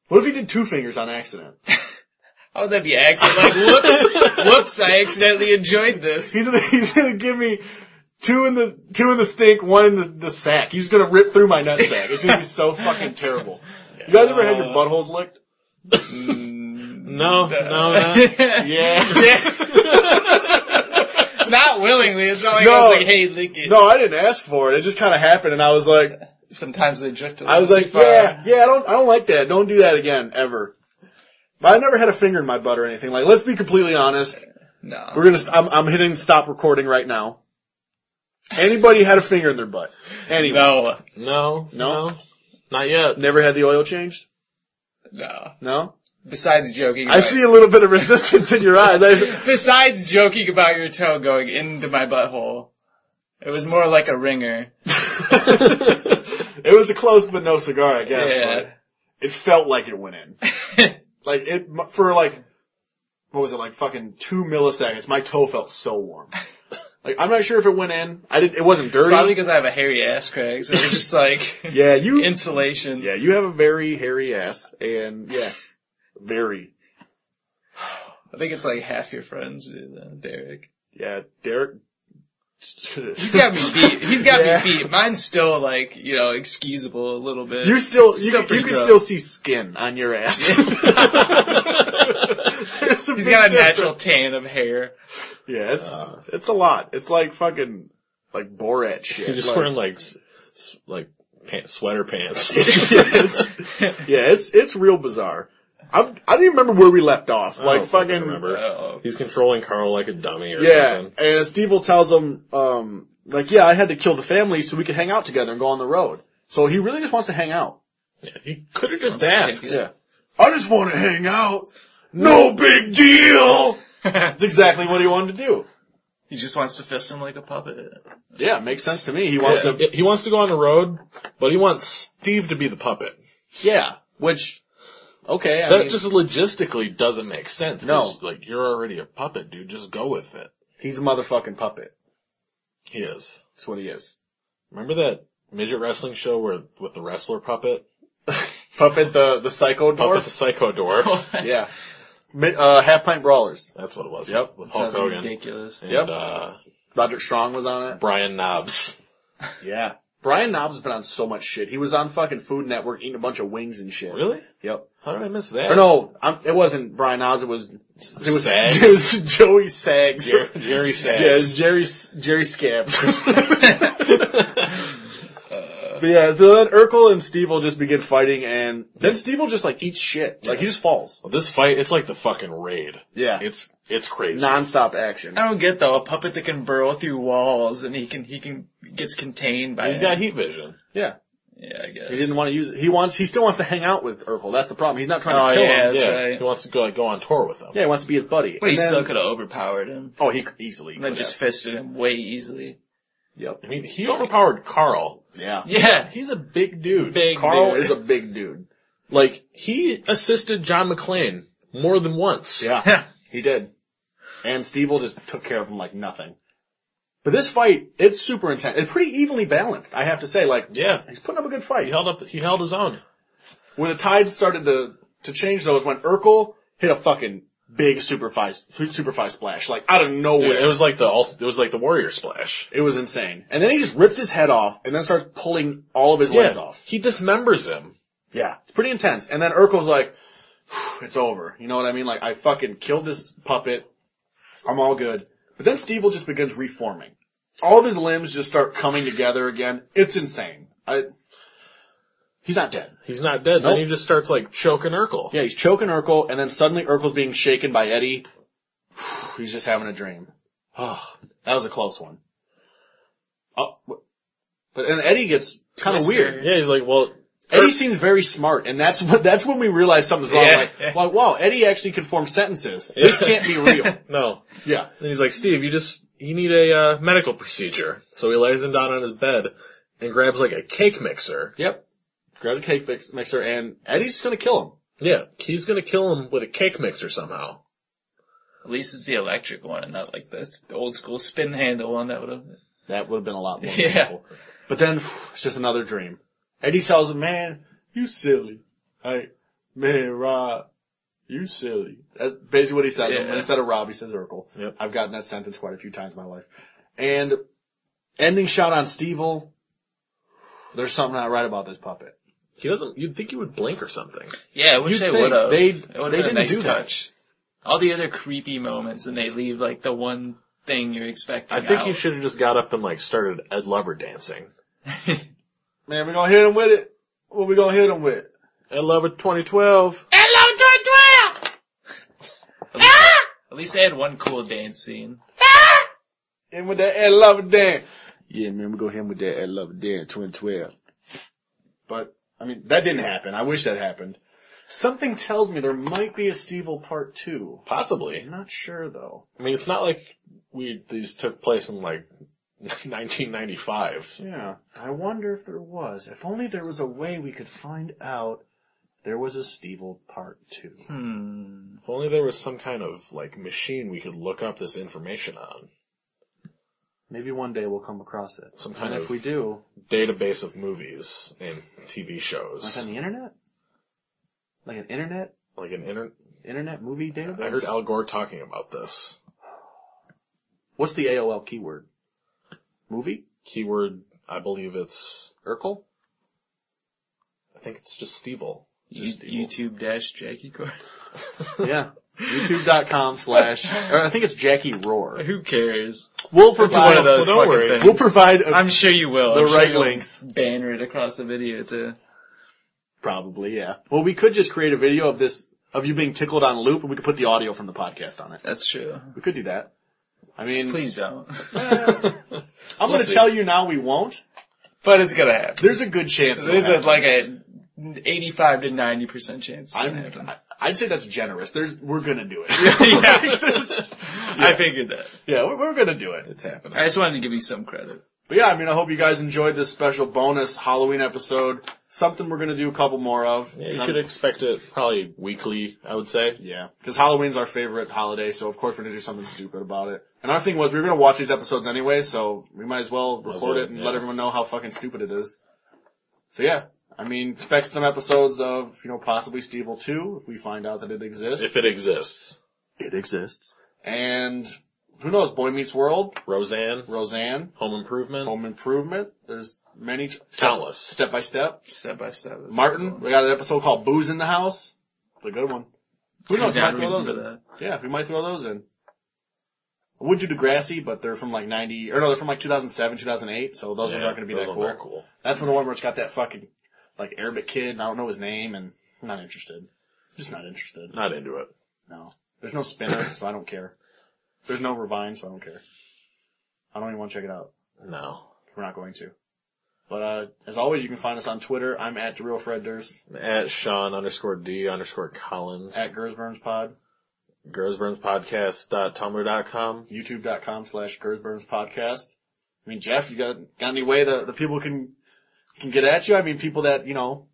[SPEAKER 2] What if he did two fingers on accident?
[SPEAKER 4] How would that be accident? Like whoops, whoops! I accidentally enjoyed this.
[SPEAKER 2] He's gonna he's gonna give me. Two in the two in the stink, one in the, the sack. He's gonna rip through my nutsack. It's gonna be so fucking terrible. You guys ever had your buttholes licked?
[SPEAKER 4] uh,
[SPEAKER 3] No, no, no.
[SPEAKER 4] yeah.
[SPEAKER 2] Yeah.
[SPEAKER 4] Not willingly. It's not like I
[SPEAKER 2] No.
[SPEAKER 4] was like, hey, lick it.
[SPEAKER 2] No, I didn't ask for it. It just kind of happened, and I was like,
[SPEAKER 4] Sometimes they drift a little
[SPEAKER 2] I was
[SPEAKER 4] too
[SPEAKER 2] like,
[SPEAKER 4] far.
[SPEAKER 2] yeah, yeah, I don't, I don't like that. Don't do that again, ever. But I never had a finger in my butt or anything. Like, let's be completely honest.
[SPEAKER 4] No.
[SPEAKER 2] We're gonna, st- I'm, I'm hitting stop recording right now. Anybody had a finger in their butt? Anyway,
[SPEAKER 4] no.
[SPEAKER 3] No.
[SPEAKER 2] No?
[SPEAKER 3] Not yet.
[SPEAKER 2] never had the oil changed?
[SPEAKER 4] No.
[SPEAKER 2] No.
[SPEAKER 4] Besides joking.
[SPEAKER 2] I
[SPEAKER 4] about-
[SPEAKER 2] see a little bit of resistance in your eyes. I,
[SPEAKER 4] Besides joking about your toe going into my butthole, it was more like a ringer.
[SPEAKER 2] it was a close but no cigar, I guess.
[SPEAKER 4] Yeah.
[SPEAKER 2] But it felt like it went in. Like it for like what was it like fucking two milliseconds? My toe felt so warm. Like I'm not sure if it went in. I did. It wasn't dirty.
[SPEAKER 4] Probably because I have a hairy ass crack, so it's just like
[SPEAKER 2] yeah, you.
[SPEAKER 4] insulation.
[SPEAKER 2] yeah, you have a very hairy ass, and yeah, very.
[SPEAKER 4] I think it's like half your friends do that, Derek.
[SPEAKER 2] Yeah, Derek.
[SPEAKER 4] He's got me beat. He's got
[SPEAKER 2] Yeah.
[SPEAKER 4] me beat. Mine's still like, you know, excusable a little bit.
[SPEAKER 2] You still, you,
[SPEAKER 4] Still
[SPEAKER 2] can- you
[SPEAKER 4] pretty
[SPEAKER 2] can
[SPEAKER 4] gross.
[SPEAKER 2] still see skin on your ass. There's
[SPEAKER 4] He's
[SPEAKER 2] big
[SPEAKER 4] got a
[SPEAKER 2] difference.
[SPEAKER 4] natural tan of hair.
[SPEAKER 2] Yeah, it's,
[SPEAKER 3] Uh.
[SPEAKER 2] it's a lot. It's like fucking, like Borat shit.
[SPEAKER 3] You're just
[SPEAKER 2] like,
[SPEAKER 3] wearing like, s- s- like pants, sweater pants.
[SPEAKER 2] yeah, it's, yeah, it's it's real bizarre. I'm, I don't even remember where we left off.
[SPEAKER 3] I
[SPEAKER 2] Like
[SPEAKER 3] don't fucking
[SPEAKER 2] fucking,
[SPEAKER 3] remember.
[SPEAKER 4] Oh.
[SPEAKER 3] He's controlling Carl like a dummy or
[SPEAKER 2] yeah.
[SPEAKER 3] something.
[SPEAKER 2] And Steve will tells him, um, like, yeah, I had to kill the family so we could hang out together and go on the road. So he really just wants to hang out.
[SPEAKER 3] Yeah. He could have just
[SPEAKER 4] Let's
[SPEAKER 3] asked.
[SPEAKER 4] kick it.
[SPEAKER 2] I just want to hang out. No big deal. That's exactly what he wanted to do.
[SPEAKER 4] he just wants to fist him like a puppet.
[SPEAKER 2] Yeah, makes sense to me. He wants to,
[SPEAKER 3] Yeah, He wants to go on the road, but he wants Steve to be the puppet.
[SPEAKER 2] yeah, which, okay, I
[SPEAKER 3] that
[SPEAKER 2] mean,
[SPEAKER 3] just logistically doesn't make sense. 'cause, like you're already a puppet, dude. Just go with it.
[SPEAKER 2] he's a motherfucking puppet.
[SPEAKER 3] He is.
[SPEAKER 2] That's what he is.
[SPEAKER 3] Remember that midget wrestling show where with the wrestler puppet,
[SPEAKER 2] Puppet the, the psycho
[SPEAKER 3] puppet the
[SPEAKER 2] dwarf.
[SPEAKER 3] psycho dwarf.
[SPEAKER 2] yeah. Mi- uh, half pint brawlers.
[SPEAKER 3] That's what it was.
[SPEAKER 2] Yep.
[SPEAKER 3] with Hulk
[SPEAKER 4] Sounds
[SPEAKER 3] Hogan
[SPEAKER 4] ridiculous.
[SPEAKER 3] and
[SPEAKER 2] Yep.
[SPEAKER 3] uh,
[SPEAKER 2] Roderick Strong was on it.
[SPEAKER 3] Brian Knobs.
[SPEAKER 2] Yeah. Brian Knobs has been on so much shit. He was on fucking Food Network eating a bunch of wings and shit.
[SPEAKER 3] Really?
[SPEAKER 2] Yep.
[SPEAKER 3] How did I miss that?
[SPEAKER 2] Or no, I'm, it wasn't Brian Knobs. It was it was,
[SPEAKER 3] Sags.
[SPEAKER 2] it was Joey Sags.
[SPEAKER 3] Jer- Jerry Sags.
[SPEAKER 2] Yeah, it was Jerry Jerry Scabs. Because But yeah, so then Urkel and Steve will just begin fighting and then Steve will just like eat shit. Like he just falls.
[SPEAKER 3] This fight, it's like the fucking raid.
[SPEAKER 2] Yeah.
[SPEAKER 3] It's it's crazy.
[SPEAKER 2] Non-stop action.
[SPEAKER 4] I don't get though a puppet that can burrow through walls and he can he can gets contained by.
[SPEAKER 3] He's got heat vision.
[SPEAKER 2] Yeah.
[SPEAKER 4] Yeah, I guess.
[SPEAKER 2] He didn't want to use it. He wants, he still wants to hang out with Urkel. That's the problem. He's not trying to
[SPEAKER 4] Oh,
[SPEAKER 2] kill
[SPEAKER 4] yeah.
[SPEAKER 2] him.
[SPEAKER 4] That's
[SPEAKER 3] yeah,
[SPEAKER 4] right.
[SPEAKER 3] he wants to go like go on tour with them.
[SPEAKER 2] Yeah, he wants to be his buddy.
[SPEAKER 4] But he
[SPEAKER 2] And then-
[SPEAKER 4] still could have overpowered him.
[SPEAKER 2] Oh, he could easily.
[SPEAKER 4] And then
[SPEAKER 2] could
[SPEAKER 4] just
[SPEAKER 2] have.
[SPEAKER 4] fisted him way easily.
[SPEAKER 2] Yep.
[SPEAKER 3] I mean, he overpowered Carl.
[SPEAKER 2] Yeah.
[SPEAKER 4] Yeah.
[SPEAKER 3] He's a big dude.
[SPEAKER 4] Big
[SPEAKER 2] Carl
[SPEAKER 4] dude.
[SPEAKER 2] is a big dude.
[SPEAKER 3] Like he assisted John McClane more than once.
[SPEAKER 2] Yeah, he did. And Steve will just took care of him like nothing. But this fight, it's super intense. It's pretty evenly balanced, I have to say. Like,
[SPEAKER 3] Yeah.
[SPEAKER 2] he's putting up a good
[SPEAKER 3] He
[SPEAKER 2] fight.
[SPEAKER 3] held up. He held his own.
[SPEAKER 2] When the tide started to, to change though is when Urkel hit a fucking big superfly, superfly splash, like out of nowhere.
[SPEAKER 3] Dude, it was like the alt, it was like the warrior splash.
[SPEAKER 2] It was insane. And then he just rips his head off and then starts pulling all of his legs off.
[SPEAKER 3] He dismembers him.
[SPEAKER 2] Yeah. It's pretty intense. And then Urkel's like, "Phew, it's over. You know what I mean? Like, I fucking killed this puppet. I'm all good. But then Steve will just begins reforming. All of his limbs just start coming together again. It's insane. I, he's not dead.
[SPEAKER 3] He's not dead. Then
[SPEAKER 2] Nope.
[SPEAKER 3] he just starts like choking Urkel.
[SPEAKER 2] Yeah, he's choking Urkel and then suddenly Urkel's being shaken by Eddie. Phew, he's just having a dream. Oh, that was a close one. Oh, but, and Eddie gets kind of
[SPEAKER 4] Twister.
[SPEAKER 2] weird.
[SPEAKER 3] Yeah, he's like, well,
[SPEAKER 2] Eddie seems very smart, and that's what that's when we realize something's wrong.
[SPEAKER 4] Yeah.
[SPEAKER 2] Like, like, wow, Eddie actually can form sentences. This can't be real.
[SPEAKER 3] no.
[SPEAKER 2] Yeah,
[SPEAKER 3] And he's like, Steve, you just, you need a uh, medical procedure. So he lays him down on his bed and grabs like a cake mixer.
[SPEAKER 2] yep. Grabs a cake mix- mixer, and Eddie's just gonna kill him.
[SPEAKER 3] Yeah, he's gonna kill him with a cake mixer somehow.
[SPEAKER 4] At least it's the electric one and not like this the old school spin handle one that would have.
[SPEAKER 2] That would have been a lot more
[SPEAKER 4] Yeah.
[SPEAKER 2] painful. But then phew, it's just another dream. Eddie tells him, "Man, you silly. Hey, man, Rob, you silly." That's basically what he says.
[SPEAKER 4] Yeah.
[SPEAKER 2] Instead of Rob, he says Urkel.
[SPEAKER 3] Yep.
[SPEAKER 2] I've gotten that sentence quite a few times in my life. And ending shot on Stevel. There's something not right about this puppet.
[SPEAKER 3] He doesn't, you'd think he would blink or something.
[SPEAKER 4] Yeah, I wish
[SPEAKER 2] You'd
[SPEAKER 4] they
[SPEAKER 2] think
[SPEAKER 4] would have.
[SPEAKER 2] they-
[SPEAKER 4] it would
[SPEAKER 2] they
[SPEAKER 4] have been a
[SPEAKER 2] didn't
[SPEAKER 4] nice
[SPEAKER 2] do that.
[SPEAKER 4] touch. All the other creepy moments and they leave like the one thing you're expecting.
[SPEAKER 3] I think
[SPEAKER 4] out.
[SPEAKER 3] he should have just got up and like started Ed Lover dancing.
[SPEAKER 2] Man, we gonna hit him with it. What we gonna hit him with?
[SPEAKER 3] Ed Lover 2012.
[SPEAKER 4] Hello, Joy At least, at least they had one cool dance scene.
[SPEAKER 2] And with that Ed Lover dance. Yeah, man, we gonna hit him with that Ed Lover dance, 2012. But, I mean, that didn't happen. I wish that happened. Something tells me there might be a Stevel part two.
[SPEAKER 3] Possibly.
[SPEAKER 2] I'm not sure though.
[SPEAKER 3] I mean, it's not like we, these took place in like 1995.
[SPEAKER 2] Yeah. I wonder if there was. If only there was a way we could find out there was a Stevel part two.
[SPEAKER 4] Hmm.
[SPEAKER 3] If only there was some kind of like machine we could look up this information on.
[SPEAKER 2] Maybe one day we'll come across it.
[SPEAKER 3] Some kind
[SPEAKER 2] and
[SPEAKER 3] of-
[SPEAKER 2] if we do,
[SPEAKER 3] Database of movies and TV shows.
[SPEAKER 2] like on the internet? Like an internet?
[SPEAKER 3] like an internet.
[SPEAKER 2] Internet movie database?
[SPEAKER 3] I heard Al Gore talking about this
[SPEAKER 2] What's the AOL keyword? Movie?
[SPEAKER 3] keyword. I believe it's.
[SPEAKER 2] Urkel?
[SPEAKER 3] I think it's just Stevel.
[SPEAKER 4] You- YouTube dash Jackie Gordon.
[SPEAKER 2] Yeah. YouTube.com slash, or I think it's Jackie Roar.
[SPEAKER 4] Who cares?
[SPEAKER 2] We'll
[SPEAKER 4] It's one of those
[SPEAKER 3] Well, don't
[SPEAKER 4] fucking
[SPEAKER 3] worry.
[SPEAKER 4] things.
[SPEAKER 2] We'll provide a,
[SPEAKER 4] I'm sure you will.
[SPEAKER 2] the
[SPEAKER 4] I'm sure
[SPEAKER 2] right
[SPEAKER 4] you'll
[SPEAKER 2] links.
[SPEAKER 4] Banner it across the video too.
[SPEAKER 2] probably, yeah. Well, we could just create a video of this, of you being tickled on loop and we could put the audio from the podcast on it.
[SPEAKER 4] That's true.
[SPEAKER 2] We could do that. I mean,
[SPEAKER 4] Please don't.
[SPEAKER 2] I'm gonna
[SPEAKER 3] see.
[SPEAKER 2] tell you now we won't.
[SPEAKER 4] but it's gonna happen.
[SPEAKER 2] There's a good chance.
[SPEAKER 4] There's
[SPEAKER 2] it'll
[SPEAKER 4] a,
[SPEAKER 2] happen.
[SPEAKER 4] like a 85 to 90 percent chance. it's gonna happen.
[SPEAKER 2] I'm, I- I'd say that's generous. There's, we're gonna do
[SPEAKER 4] yeah.
[SPEAKER 2] it.
[SPEAKER 4] I figured that.
[SPEAKER 2] yeah, we're, we're gonna do it. It's happening.
[SPEAKER 4] I just wanted to give you some credit.
[SPEAKER 2] But yeah, I mean, I hope you guys enjoyed this special bonus Halloween episode. Something we're gonna do a couple more of.
[SPEAKER 3] Yeah, you should expect it probably weekly. I would say.
[SPEAKER 2] Yeah, because Halloween's our favorite holiday, so of course we're gonna do something stupid about it. And our thing was we were gonna watch these episodes anyway, so we might as well
[SPEAKER 3] as
[SPEAKER 2] record
[SPEAKER 3] well,
[SPEAKER 2] it and
[SPEAKER 3] yeah.
[SPEAKER 2] let everyone know how fucking stupid it is. So yeah, I mean, expect some episodes of you know possibly Stevel 2 if we find out that it exists.
[SPEAKER 3] If it exists,
[SPEAKER 2] it exists. And who knows? Boy Meets World,
[SPEAKER 3] Roseanne,
[SPEAKER 2] Roseanne,
[SPEAKER 3] Home Improvement,
[SPEAKER 2] Home Improvement. There's many
[SPEAKER 3] Countless.
[SPEAKER 2] step by step.
[SPEAKER 4] Step by step. That's
[SPEAKER 2] Martin, we got an episode called Booze in the House. It's a good one. Who
[SPEAKER 4] Cool.
[SPEAKER 2] knows? We
[SPEAKER 4] Yeah,
[SPEAKER 2] might throw those in.
[SPEAKER 4] remember
[SPEAKER 2] Yeah, we might throw those in. would do Degrassi, but they're from like 90, or no, they're from like 2007, 2008, so those ones aren't gonna be
[SPEAKER 3] those
[SPEAKER 2] that
[SPEAKER 3] ones
[SPEAKER 2] cool.
[SPEAKER 3] aren't cool.
[SPEAKER 2] That's when the one where it's got that fucking, like, Arabic kid, and I don't know his name, and I'm not interested. Just not interested.
[SPEAKER 3] Not into it.
[SPEAKER 2] No. There's no spinner, so I don't care. There's no Revine, so I don't care. I don't even want to check it out.
[SPEAKER 3] No.
[SPEAKER 2] We're not going to. But, uh, as always, you can find us on Twitter. I'm at the real Fred Durst,
[SPEAKER 3] At Sean underscore D underscore Collins.
[SPEAKER 2] at Gersburns Pod,
[SPEAKER 3] girlsburnspodcast.tumblr.com.
[SPEAKER 2] youtube.com slash Gersburns Podcast. I mean, Jeff, you got, got any way that the people can, can get at you? I mean, people that, you know,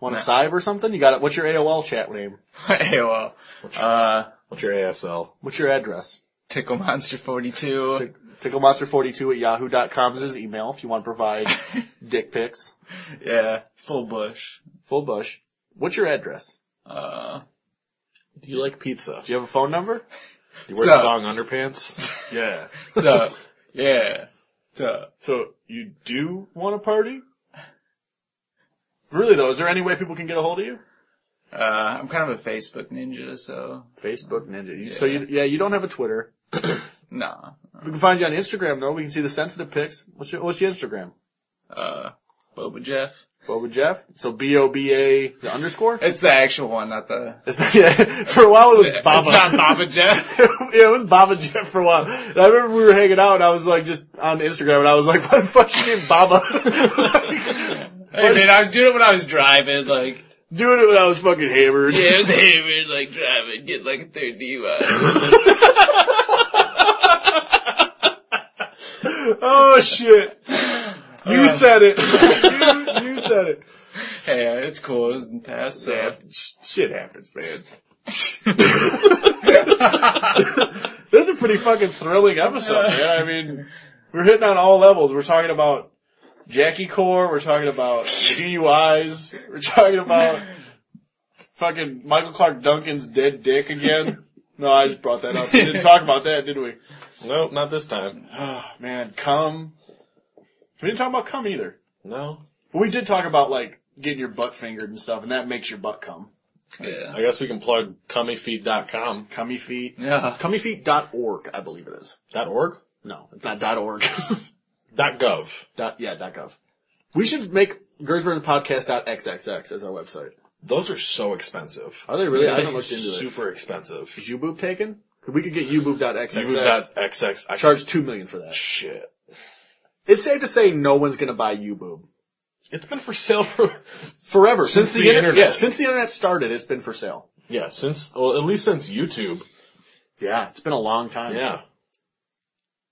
[SPEAKER 2] want to cyber or something? You got it. What's your AOL chat name?
[SPEAKER 4] AOL. Uh,
[SPEAKER 3] What's your ASL?
[SPEAKER 2] What's your address?
[SPEAKER 4] Tickle Monster 42.
[SPEAKER 2] TickleMonster42 at yahoo.com is his email if you want to provide dick pics.
[SPEAKER 4] yeah, full bush.
[SPEAKER 2] Full bush. What's your address?
[SPEAKER 4] Uh,
[SPEAKER 3] Do you like pizza?
[SPEAKER 2] Do you have a phone number?
[SPEAKER 3] Do you wear
[SPEAKER 4] So-
[SPEAKER 3] thong underpants?
[SPEAKER 2] Yeah.
[SPEAKER 4] so, yeah. So,
[SPEAKER 2] So you do want to party? Really though, is there any way people can get a hold of you?
[SPEAKER 4] uh, I'm kind of a Facebook ninja, so,
[SPEAKER 2] Facebook Ninja. You- So you, yeah, you don't have a Twitter.
[SPEAKER 4] nah.
[SPEAKER 2] We can find you on Instagram though. We can see the sensitive pics. What's your, what's your Instagram?
[SPEAKER 4] Uh, Boba Jeff.
[SPEAKER 2] Boba Jeff. So B O B A the underscore.
[SPEAKER 4] It's the actual one, not the.
[SPEAKER 2] It's- yeah, for a while it was Baba.
[SPEAKER 4] It's not Baba Jeff.
[SPEAKER 2] yeah, it was Baba Jeff for a while. And I remember we were hanging out and I was like just on Instagram and I was like, why the fuck's your name Baba? like,
[SPEAKER 4] hey, man, I was doing it when I was driving, like,
[SPEAKER 2] doing it when I was fucking hammered.
[SPEAKER 4] yeah, it was hammered, like, driving, get like a third DUI.
[SPEAKER 2] Oh shit. You
[SPEAKER 4] Uh.
[SPEAKER 2] said it. you, you said it.
[SPEAKER 4] hey, uh, it's cool, it was in the past, so.
[SPEAKER 2] Yeah, sh- shit happens, man. this is a pretty fucking thrilling episode, man. I mean, we're hitting on all levels. We're talking about Jackie Core, we're talking about DUIs, we're talking about fucking Michael Clark Duncan's dead dick again. No, I just brought that up. We didn't talk about that, did we?
[SPEAKER 3] nope, not this time.
[SPEAKER 2] Oh,
[SPEAKER 4] Ah,
[SPEAKER 2] man, cum. We didn't talk about cum either.
[SPEAKER 3] No.
[SPEAKER 2] But we did talk about like getting your butt fingered and stuff, and that makes your butt cum.
[SPEAKER 4] Yeah.
[SPEAKER 3] I guess we can plug cummyfeed.com.
[SPEAKER 2] Cummy feet.
[SPEAKER 4] Yeah.
[SPEAKER 2] Cummyfeet.org, I believe it is.
[SPEAKER 3] Dot org?
[SPEAKER 2] No, it's not dot org.
[SPEAKER 3] Dot gov.
[SPEAKER 2] dot, yeah, dot gov. We should make GersburnPodcast.xxx as our website.
[SPEAKER 3] Those are so expensive.
[SPEAKER 2] Are they really? I haven't
[SPEAKER 3] They're
[SPEAKER 2] looked into it.
[SPEAKER 3] Super expensive.
[SPEAKER 2] Is YouBoob taken? 'Cause We could get YouBoob.xxx.
[SPEAKER 3] You got XX. I
[SPEAKER 2] Charge two million for that.
[SPEAKER 3] shit.
[SPEAKER 2] It's safe to say no one's gonna buy YouBoob.
[SPEAKER 3] It's been for sale for
[SPEAKER 2] Forever. Since, the,
[SPEAKER 3] the
[SPEAKER 2] internet.
[SPEAKER 3] internet.
[SPEAKER 2] Yeah, since the internet started, it's been for sale.
[SPEAKER 3] yeah since well at least since YouTube.
[SPEAKER 2] Yeah, it's been a long time.
[SPEAKER 3] Yeah.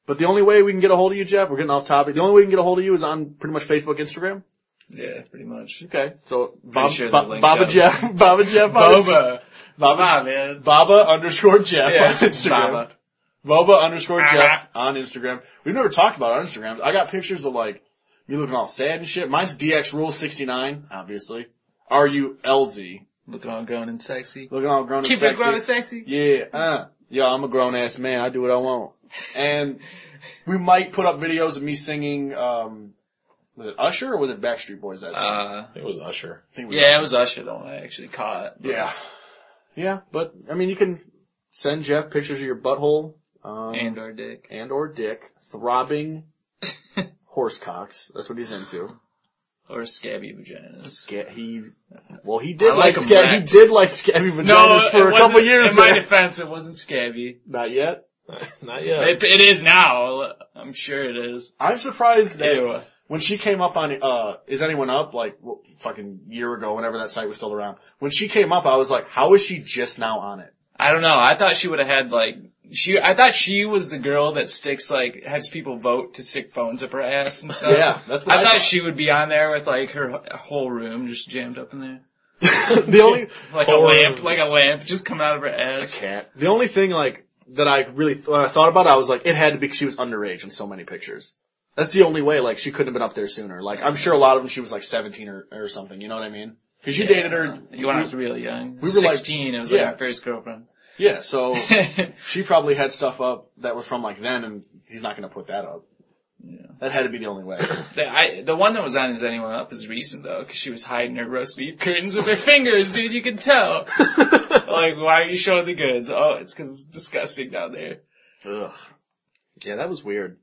[SPEAKER 2] But the only way we can get a hold of you, Jeff, we're getting off topic. The only way we can get a hold of you is on pretty much Facebook, Instagram.
[SPEAKER 4] Yeah, pretty much.
[SPEAKER 2] Okay. So Bob,
[SPEAKER 4] sure the
[SPEAKER 2] Bob,
[SPEAKER 4] link
[SPEAKER 2] Baba
[SPEAKER 4] down-
[SPEAKER 2] Jeff, Baba Jeff, on Ins-
[SPEAKER 4] Boba.
[SPEAKER 2] Baba,
[SPEAKER 4] Baba, man.
[SPEAKER 2] Baba underscore Jeff
[SPEAKER 4] Yeah,
[SPEAKER 2] on Instagram.
[SPEAKER 4] Baba.
[SPEAKER 2] Boba underscore
[SPEAKER 4] Ah.
[SPEAKER 2] Jeff on Instagram. We've never talked about our Instagrams. I got pictures of like me looking all sad and shit. Mine's DX Rule 69, obviously. R U L Z.
[SPEAKER 4] Looking all grown and sexy.
[SPEAKER 2] Looking all grown and
[SPEAKER 4] Keep it
[SPEAKER 2] sexy.
[SPEAKER 4] grown and sexy.
[SPEAKER 2] Yeah, uh, yo, I'm a grown ass man. I do what I want. And we might put up videos of me singing, um, was it Usher or was it Backstreet Boys that time?
[SPEAKER 4] Uh,
[SPEAKER 3] I think it was Usher.
[SPEAKER 2] I think we-
[SPEAKER 4] yeah, it was Usher the one I actually caught.
[SPEAKER 2] Yeah. Yeah, but, I mean, you can send Jeff pictures of your butthole, um,
[SPEAKER 4] And our dick.
[SPEAKER 2] and or dick, throbbing horse cocks. That's what he's into.
[SPEAKER 4] Or scabby vaginas.
[SPEAKER 2] Get, he, well, he did
[SPEAKER 4] I
[SPEAKER 2] like,
[SPEAKER 4] like
[SPEAKER 2] sca-
[SPEAKER 4] him wrecked.
[SPEAKER 2] he did like scabby vaginas for a couple years
[SPEAKER 4] In my
[SPEAKER 2] there.
[SPEAKER 4] defense, it wasn't scabby.
[SPEAKER 2] Not yet.
[SPEAKER 3] Not yet.
[SPEAKER 4] It, it is now. I'm sure it is.
[SPEAKER 2] I'm surprised that
[SPEAKER 4] Ew.
[SPEAKER 2] when she came up on uh is anyone up like w- fucking year ago whenever that site was still around when she came up i was like how is she just now on it
[SPEAKER 4] I don't know. I thought she would have had like she. I thought she was the girl that sticks like has people vote to stick phones up her ass and stuff.
[SPEAKER 2] Yeah, that's what I
[SPEAKER 4] Uh, I, thought,
[SPEAKER 2] thought.
[SPEAKER 4] she would be on there with like her wh- whole room just jammed up in there,
[SPEAKER 2] the only
[SPEAKER 4] like a
[SPEAKER 3] Whole
[SPEAKER 4] lamp,
[SPEAKER 3] room.
[SPEAKER 4] like a lamp just coming out of her ass.
[SPEAKER 2] cat the only thing like that i really th- when i thought about it, i was like it had to be 'cause she was underage in so many pictures that's the only way like she couldn't have been up there sooner like i'm sure a lot of them she was like 17 or, or something you know what i mean because you dated her
[SPEAKER 4] You when I was real young.
[SPEAKER 2] we
[SPEAKER 4] We
[SPEAKER 2] were,
[SPEAKER 4] were
[SPEAKER 2] like-
[SPEAKER 4] 16. it was
[SPEAKER 2] yeah.
[SPEAKER 4] like my first girlfriend.
[SPEAKER 2] yeah so she probably had stuff up that was from like then and he's not gonna put that up
[SPEAKER 4] Yeah.
[SPEAKER 2] that had to be the only way
[SPEAKER 4] The, I, the one that was on Is Anyone Up is recent though, because she was hiding her roast beef curtains with her fingers, dude. You can tell. like, why are you showing the goods? Oh, it's because it's disgusting down there.
[SPEAKER 2] Ugh. Yeah, that was weird.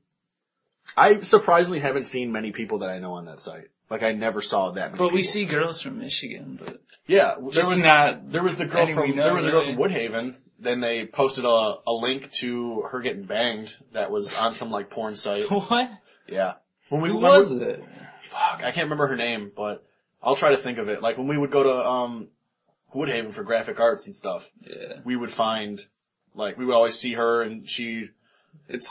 [SPEAKER 2] I surprisingly haven't seen many people that I know on that site. Like I never saw that many.
[SPEAKER 4] But we
[SPEAKER 2] people.
[SPEAKER 4] see girls from Michigan, but
[SPEAKER 2] Yeah, there
[SPEAKER 4] just
[SPEAKER 2] was
[SPEAKER 4] not.
[SPEAKER 2] there was the girl
[SPEAKER 4] Any we
[SPEAKER 2] from
[SPEAKER 4] know,
[SPEAKER 2] there was a girl
[SPEAKER 4] really.
[SPEAKER 2] from Woodhaven. Then they posted a a link to her getting banged that was on some like porn site.
[SPEAKER 4] What?
[SPEAKER 2] Yeah. When we
[SPEAKER 4] Who
[SPEAKER 2] when
[SPEAKER 4] was
[SPEAKER 2] we-
[SPEAKER 4] it?
[SPEAKER 2] Fuck, I can't remember her name, but I'll try to think of it. Like when we would go to um Woodhaven for graphic arts and stuff,
[SPEAKER 4] Yeah.
[SPEAKER 2] we would find like we would always see her and she
[SPEAKER 4] It's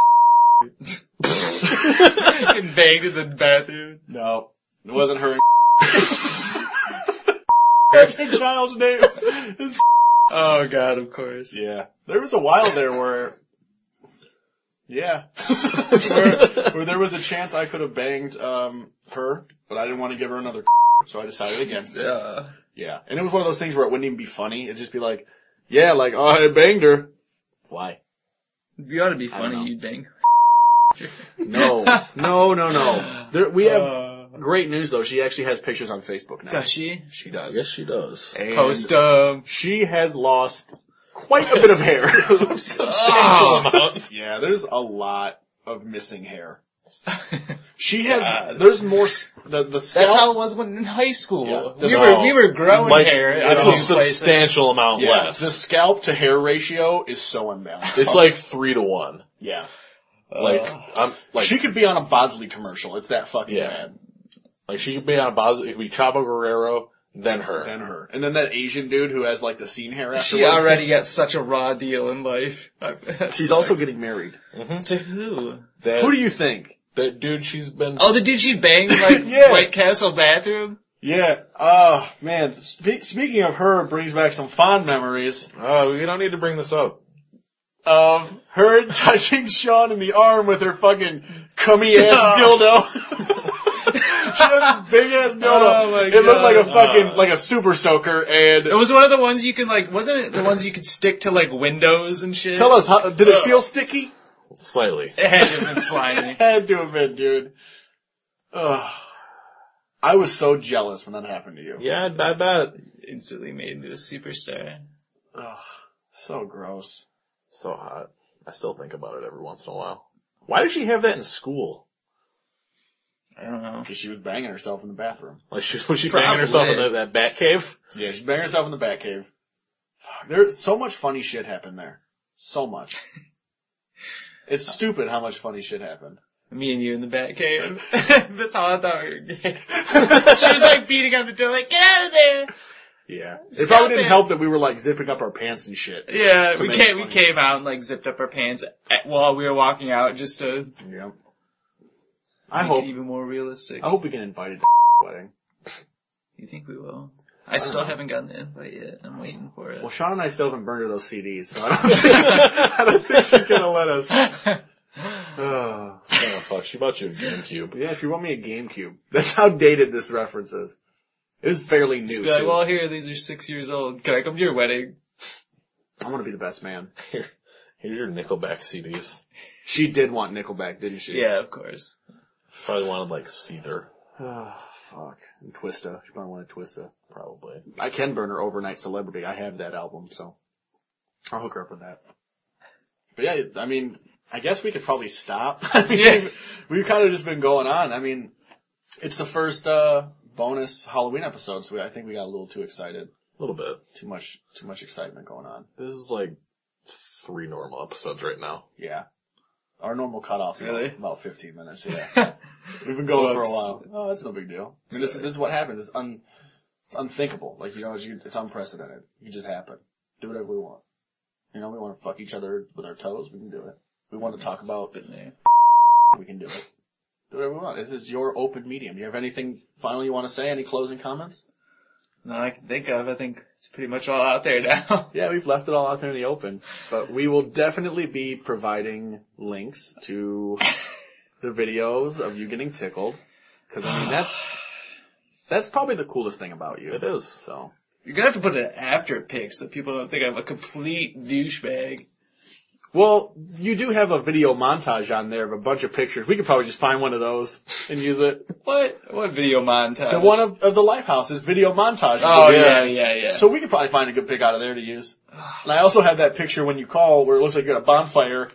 [SPEAKER 4] and banged in the bathroom.
[SPEAKER 2] no, it wasn't her. That's her child's name. It's
[SPEAKER 4] Oh god, of course.
[SPEAKER 2] Yeah. There was a while there where, yeah, where, where there was a chance I could have banged, um, her, but I didn't want to give her another so I decided against it.
[SPEAKER 4] Yeah.
[SPEAKER 2] Yeah. And it was one of those things where it wouldn't even be funny. It'd just be like, yeah, like, oh, I banged her. Why?
[SPEAKER 4] You ought to be
[SPEAKER 2] I don't know.
[SPEAKER 4] funny, you'd bang.
[SPEAKER 2] No. No, no, no. There, we have
[SPEAKER 4] Uh,
[SPEAKER 2] great news though. She actually has pictures on Facebook now.
[SPEAKER 4] does she?
[SPEAKER 2] She does.
[SPEAKER 3] Yes, she does.
[SPEAKER 2] And
[SPEAKER 4] Post um, them.
[SPEAKER 2] She has lost quite a bit of hair.
[SPEAKER 4] Oh.
[SPEAKER 2] yeah, there's a lot of missing hair. She
[SPEAKER 4] God.
[SPEAKER 2] has. There's more. s- The the scalp.
[SPEAKER 4] That's how it was when in high school.
[SPEAKER 2] Yeah.
[SPEAKER 4] We
[SPEAKER 3] No.
[SPEAKER 4] were we were growing
[SPEAKER 3] Like,
[SPEAKER 4] hair. at
[SPEAKER 3] It's
[SPEAKER 4] all
[SPEAKER 3] a
[SPEAKER 4] these
[SPEAKER 3] substantial amount
[SPEAKER 2] yeah, the
[SPEAKER 3] less.
[SPEAKER 2] scalp to hair ratio is so unbalanced.
[SPEAKER 3] It's like three to one.
[SPEAKER 2] yeah,
[SPEAKER 3] Like
[SPEAKER 4] Uh.
[SPEAKER 3] I'm like
[SPEAKER 2] she could be on a Bosley commercial. It's that fucking
[SPEAKER 3] Yeah.
[SPEAKER 2] bad.
[SPEAKER 3] like she could be on a Bosley. It could be Chavo Guerrero, then her.
[SPEAKER 2] Than her, and then that Asian dude who has like the scene hair.
[SPEAKER 4] places.
[SPEAKER 2] Afterwards.
[SPEAKER 4] She already got such a raw deal in life.
[SPEAKER 2] She's also getting married.
[SPEAKER 3] Mhm.
[SPEAKER 4] to who?
[SPEAKER 3] That,
[SPEAKER 2] Who do you think?
[SPEAKER 3] that dude she's been.
[SPEAKER 4] Oh, the dude she banged like
[SPEAKER 2] Yeah.
[SPEAKER 4] White Castle bathroom.
[SPEAKER 2] Yeah. Oh man. Spe- speaking of her, brings back some fond memories.
[SPEAKER 3] Oh, we don't need to bring this up.
[SPEAKER 2] of her touching Sean in the arm with her fucking cummy ass dildo. she had this big ass dildo.
[SPEAKER 4] Oh my
[SPEAKER 2] it looked like a
[SPEAKER 4] God.
[SPEAKER 2] fucking
[SPEAKER 3] Uh.
[SPEAKER 2] like a super soaker. And
[SPEAKER 4] It was one of the ones you can like. Wasn't it the ones you could stick to like windows and shit?
[SPEAKER 2] tell us, how, did it feel sticky?
[SPEAKER 3] Slightly.
[SPEAKER 4] It had to have been slimy.
[SPEAKER 2] Had to have been, dude. Ugh. I was so jealous when that happened to you.
[SPEAKER 3] Yeah, I bet.
[SPEAKER 4] Instantly made into a superstar.
[SPEAKER 2] Ugh. So gross.
[SPEAKER 3] So hot. I still think about it every once in a while. Why did she have that in school?
[SPEAKER 4] I don't know.
[SPEAKER 2] Cause she was banging herself in the bathroom.
[SPEAKER 3] Like she was she
[SPEAKER 4] Probably.
[SPEAKER 3] banging herself in that, that bat cave?
[SPEAKER 2] Yeah, she's banging herself in the back cave. Fuck, There's so much funny shit happened there. So much. it's stupid how much funny shit happened.
[SPEAKER 4] Me and you in the bat cave. That's how I thought we were gay. She was like beating on the door, like get out of there.
[SPEAKER 2] Yeah. It
[SPEAKER 4] Stop
[SPEAKER 2] probably didn't
[SPEAKER 4] it.
[SPEAKER 2] help that we were like zipping up our pants and shit.
[SPEAKER 4] Yeah,
[SPEAKER 2] To
[SPEAKER 4] we
[SPEAKER 2] make
[SPEAKER 4] came.
[SPEAKER 2] it
[SPEAKER 4] We
[SPEAKER 2] funny.
[SPEAKER 4] came out and like zipped up our pants at, while we were walking out, just to
[SPEAKER 2] Yeah. I
[SPEAKER 4] make
[SPEAKER 2] hope,
[SPEAKER 4] it even more realistic.
[SPEAKER 2] I hope we get invited to wedding.
[SPEAKER 4] You think we will? I still haven't gotten the invite yet. I'm waiting for it.
[SPEAKER 2] Well, Sean and I still haven't burned her those CDs, so I don't think, I don't think she's gonna let us. Ugh.
[SPEAKER 3] Oh fuck, she bought you a GameCube.
[SPEAKER 2] yeah, if you want me a GameCube. That's how dated this reference is. It was fairly new,
[SPEAKER 4] Just
[SPEAKER 2] too.
[SPEAKER 4] be like, well, here, these are six years old. Can I come to your wedding?
[SPEAKER 2] I want to be the best man.
[SPEAKER 3] Here, here's your Nickelback CDs.
[SPEAKER 2] She did want Nickelback, didn't she?
[SPEAKER 4] Yeah, of course.
[SPEAKER 3] Probably wanted like Seether,
[SPEAKER 2] Oh, fuck. And Twista. She probably wanted Twista.
[SPEAKER 3] probably.
[SPEAKER 2] I can burn her overnight celebrity. I have that album, so I'll hook her up with that. But yeah, I mean, I guess we could probably stop. I mean,
[SPEAKER 4] Yeah.
[SPEAKER 2] we've, we've kind of just been going on. I mean, it's the first, uh, bonus Halloween episode, so we, I think we got a little too excited.
[SPEAKER 3] A little bit.
[SPEAKER 2] Too much, too much excitement going on.
[SPEAKER 3] This is like three normal episodes right now.
[SPEAKER 2] Yeah. Our normal cutoff's
[SPEAKER 4] Really?
[SPEAKER 2] about, about 15 minutes, yeah. We've been going for a
[SPEAKER 4] Whoops.
[SPEAKER 2] while. Oh, that's no big deal. I mean, this, this is what happens. It's, un, it's unthinkable. Like, you know, it's, it's unprecedented. It can just happen. Do whatever we want. You know, we want to fuck each other with our toes. We can do it. We want to talk about,
[SPEAKER 4] Been there.
[SPEAKER 2] we can do it. Do whatever we want. This is your open medium. Do you have anything final you want to say? Any closing comments?
[SPEAKER 4] Not I can think of. I think it's pretty much all out there now.
[SPEAKER 2] Yeah, we've left it all out there in the open, but we will definitely be providing links to the videos of you getting tickled. Cause I mean, that's, that's probably the coolest thing about you.
[SPEAKER 3] It is.
[SPEAKER 2] So.
[SPEAKER 4] You're gonna have to put an after pic so people don't think I'm a complete douchebag.
[SPEAKER 2] Well, you do have a video montage on there of a bunch of pictures. We could probably just find one of those and use it.
[SPEAKER 4] What? What video montage?
[SPEAKER 2] The one of, of the Lifehouses video montage.
[SPEAKER 4] Oh
[SPEAKER 2] Yes.
[SPEAKER 4] yeah, yeah, yeah.
[SPEAKER 2] So we could probably find a good pic out of there to use. And I also have that picture when you call where it looks like you got a bonfire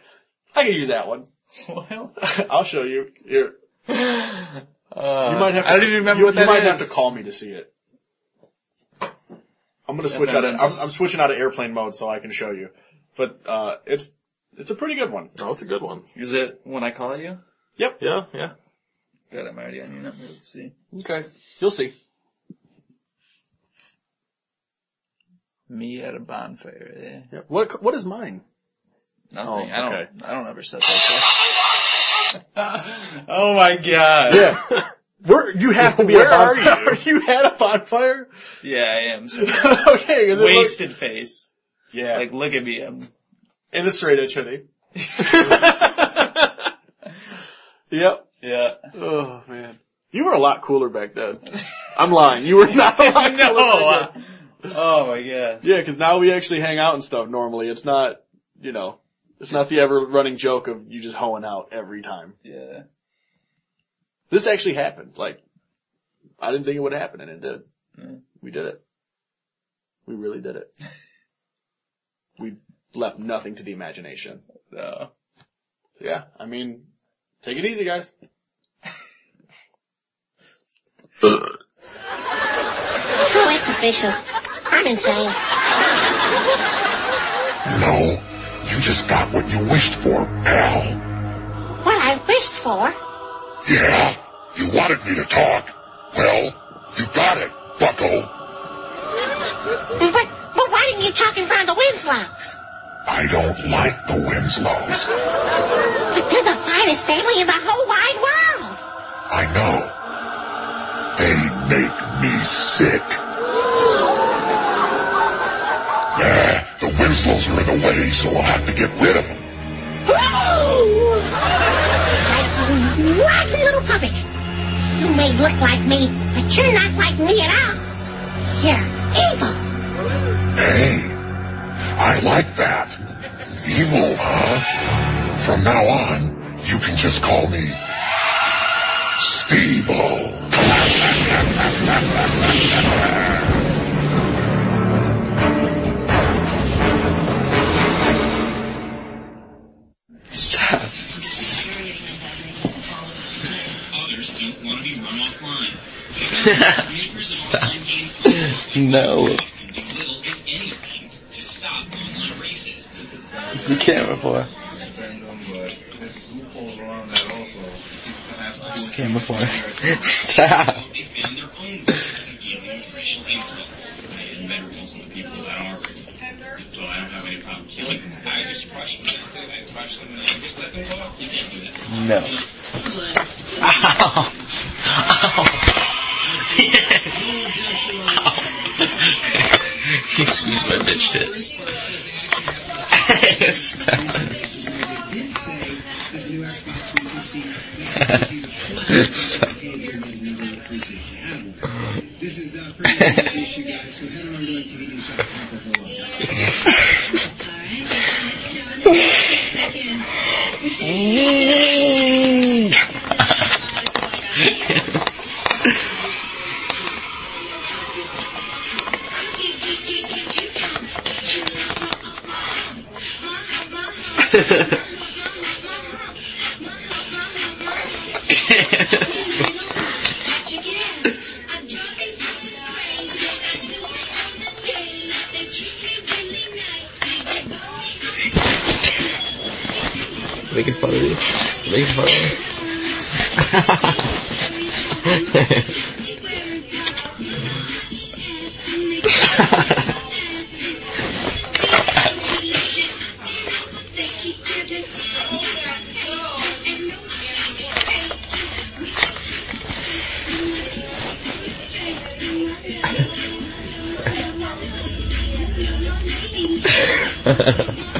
[SPEAKER 4] I could use that one. Well,
[SPEAKER 2] I'll show you. Here. You might have to,
[SPEAKER 4] Uh, I don't even remember
[SPEAKER 2] you,
[SPEAKER 4] what
[SPEAKER 2] you
[SPEAKER 4] that is.
[SPEAKER 2] might have to call me to see it. I'm gonna switch out of, I'm,
[SPEAKER 4] that's-
[SPEAKER 2] I'm switching out of airplane mode so I can show you. But, uh, it's, it's a pretty good one.
[SPEAKER 3] Oh, it's a good one.
[SPEAKER 4] Is it when I call you?
[SPEAKER 3] Yeah, yeah.
[SPEAKER 4] That I'm already on your number. Let's see.
[SPEAKER 2] Okay. You'll see.
[SPEAKER 4] Me at a bonfire. Eh?
[SPEAKER 2] Yeah. What, what is mine?
[SPEAKER 4] Nothing.
[SPEAKER 2] Oh,
[SPEAKER 4] I don't.
[SPEAKER 2] okay.
[SPEAKER 4] I don't ever set that. up. oh my god.
[SPEAKER 2] Yeah. Where, you have to be
[SPEAKER 3] Where
[SPEAKER 2] a
[SPEAKER 3] are
[SPEAKER 2] bonfire. you? had a bonfire?
[SPEAKER 4] Yeah, I am. So
[SPEAKER 2] okay. 'cause it looks-
[SPEAKER 4] wasted face.
[SPEAKER 2] yeah.
[SPEAKER 4] Like, look at me. I'm.
[SPEAKER 2] in the straight edge hoodie. Yep.
[SPEAKER 4] Yeah.
[SPEAKER 2] Oh man. You were a lot cooler back then. I'm lying. You were not a lot
[SPEAKER 4] no.
[SPEAKER 2] cooler back then.
[SPEAKER 4] uh, oh my god.
[SPEAKER 2] Yeah, because now we actually hang out and stuff normally. It's not, you know, it's not the ever running joke of you just hoeing out every time.
[SPEAKER 4] Yeah.
[SPEAKER 2] This actually happened. Like, I didn't think it would happen and it did.
[SPEAKER 4] Mm.
[SPEAKER 2] We did it. We really did it. we left nothing to the imagination.
[SPEAKER 4] So.
[SPEAKER 2] Yeah, I mean, take it easy guys.
[SPEAKER 5] Oh, it's official. I'm insane.
[SPEAKER 6] No, you just got what you wished for, Al.
[SPEAKER 5] What I wished for?
[SPEAKER 6] Yeah, you wanted me to talk. Well, you got it, bucko.
[SPEAKER 5] But, but why didn't you talk in front of the Winslows?
[SPEAKER 6] I don't like the Winslows.
[SPEAKER 5] But they're the finest family in the whole wide world.
[SPEAKER 6] I know. They make me sick. Nah, the Winslows are in the way, so I'll have to get rid of them.
[SPEAKER 5] Like you rotten little puppet. You may look like me, but you're not like me at all. You're evil.
[SPEAKER 6] Hey, I like that. Evil, huh? From now on, you can just call me Steve-O.
[SPEAKER 2] Stop.
[SPEAKER 7] Others don't want to be run offline.
[SPEAKER 4] Stop. No.
[SPEAKER 7] Do little, if anything, to stop online races.
[SPEAKER 4] It's the camera boy. It's the camera boy. Stop.
[SPEAKER 7] They found their own ways of dealing with racial insults. I am better than some people that are racist. So I don't have any problem killing them. I just crush them. I crush them and I just let them go. You can't do that.
[SPEAKER 4] No. Ow. he squeezed my bitch tit. Stop. Stop.
[SPEAKER 8] This is uh, pretty much the issue, guys. So head on doing to the new South Africa law.
[SPEAKER 9] Making fun of you. Making fun of you.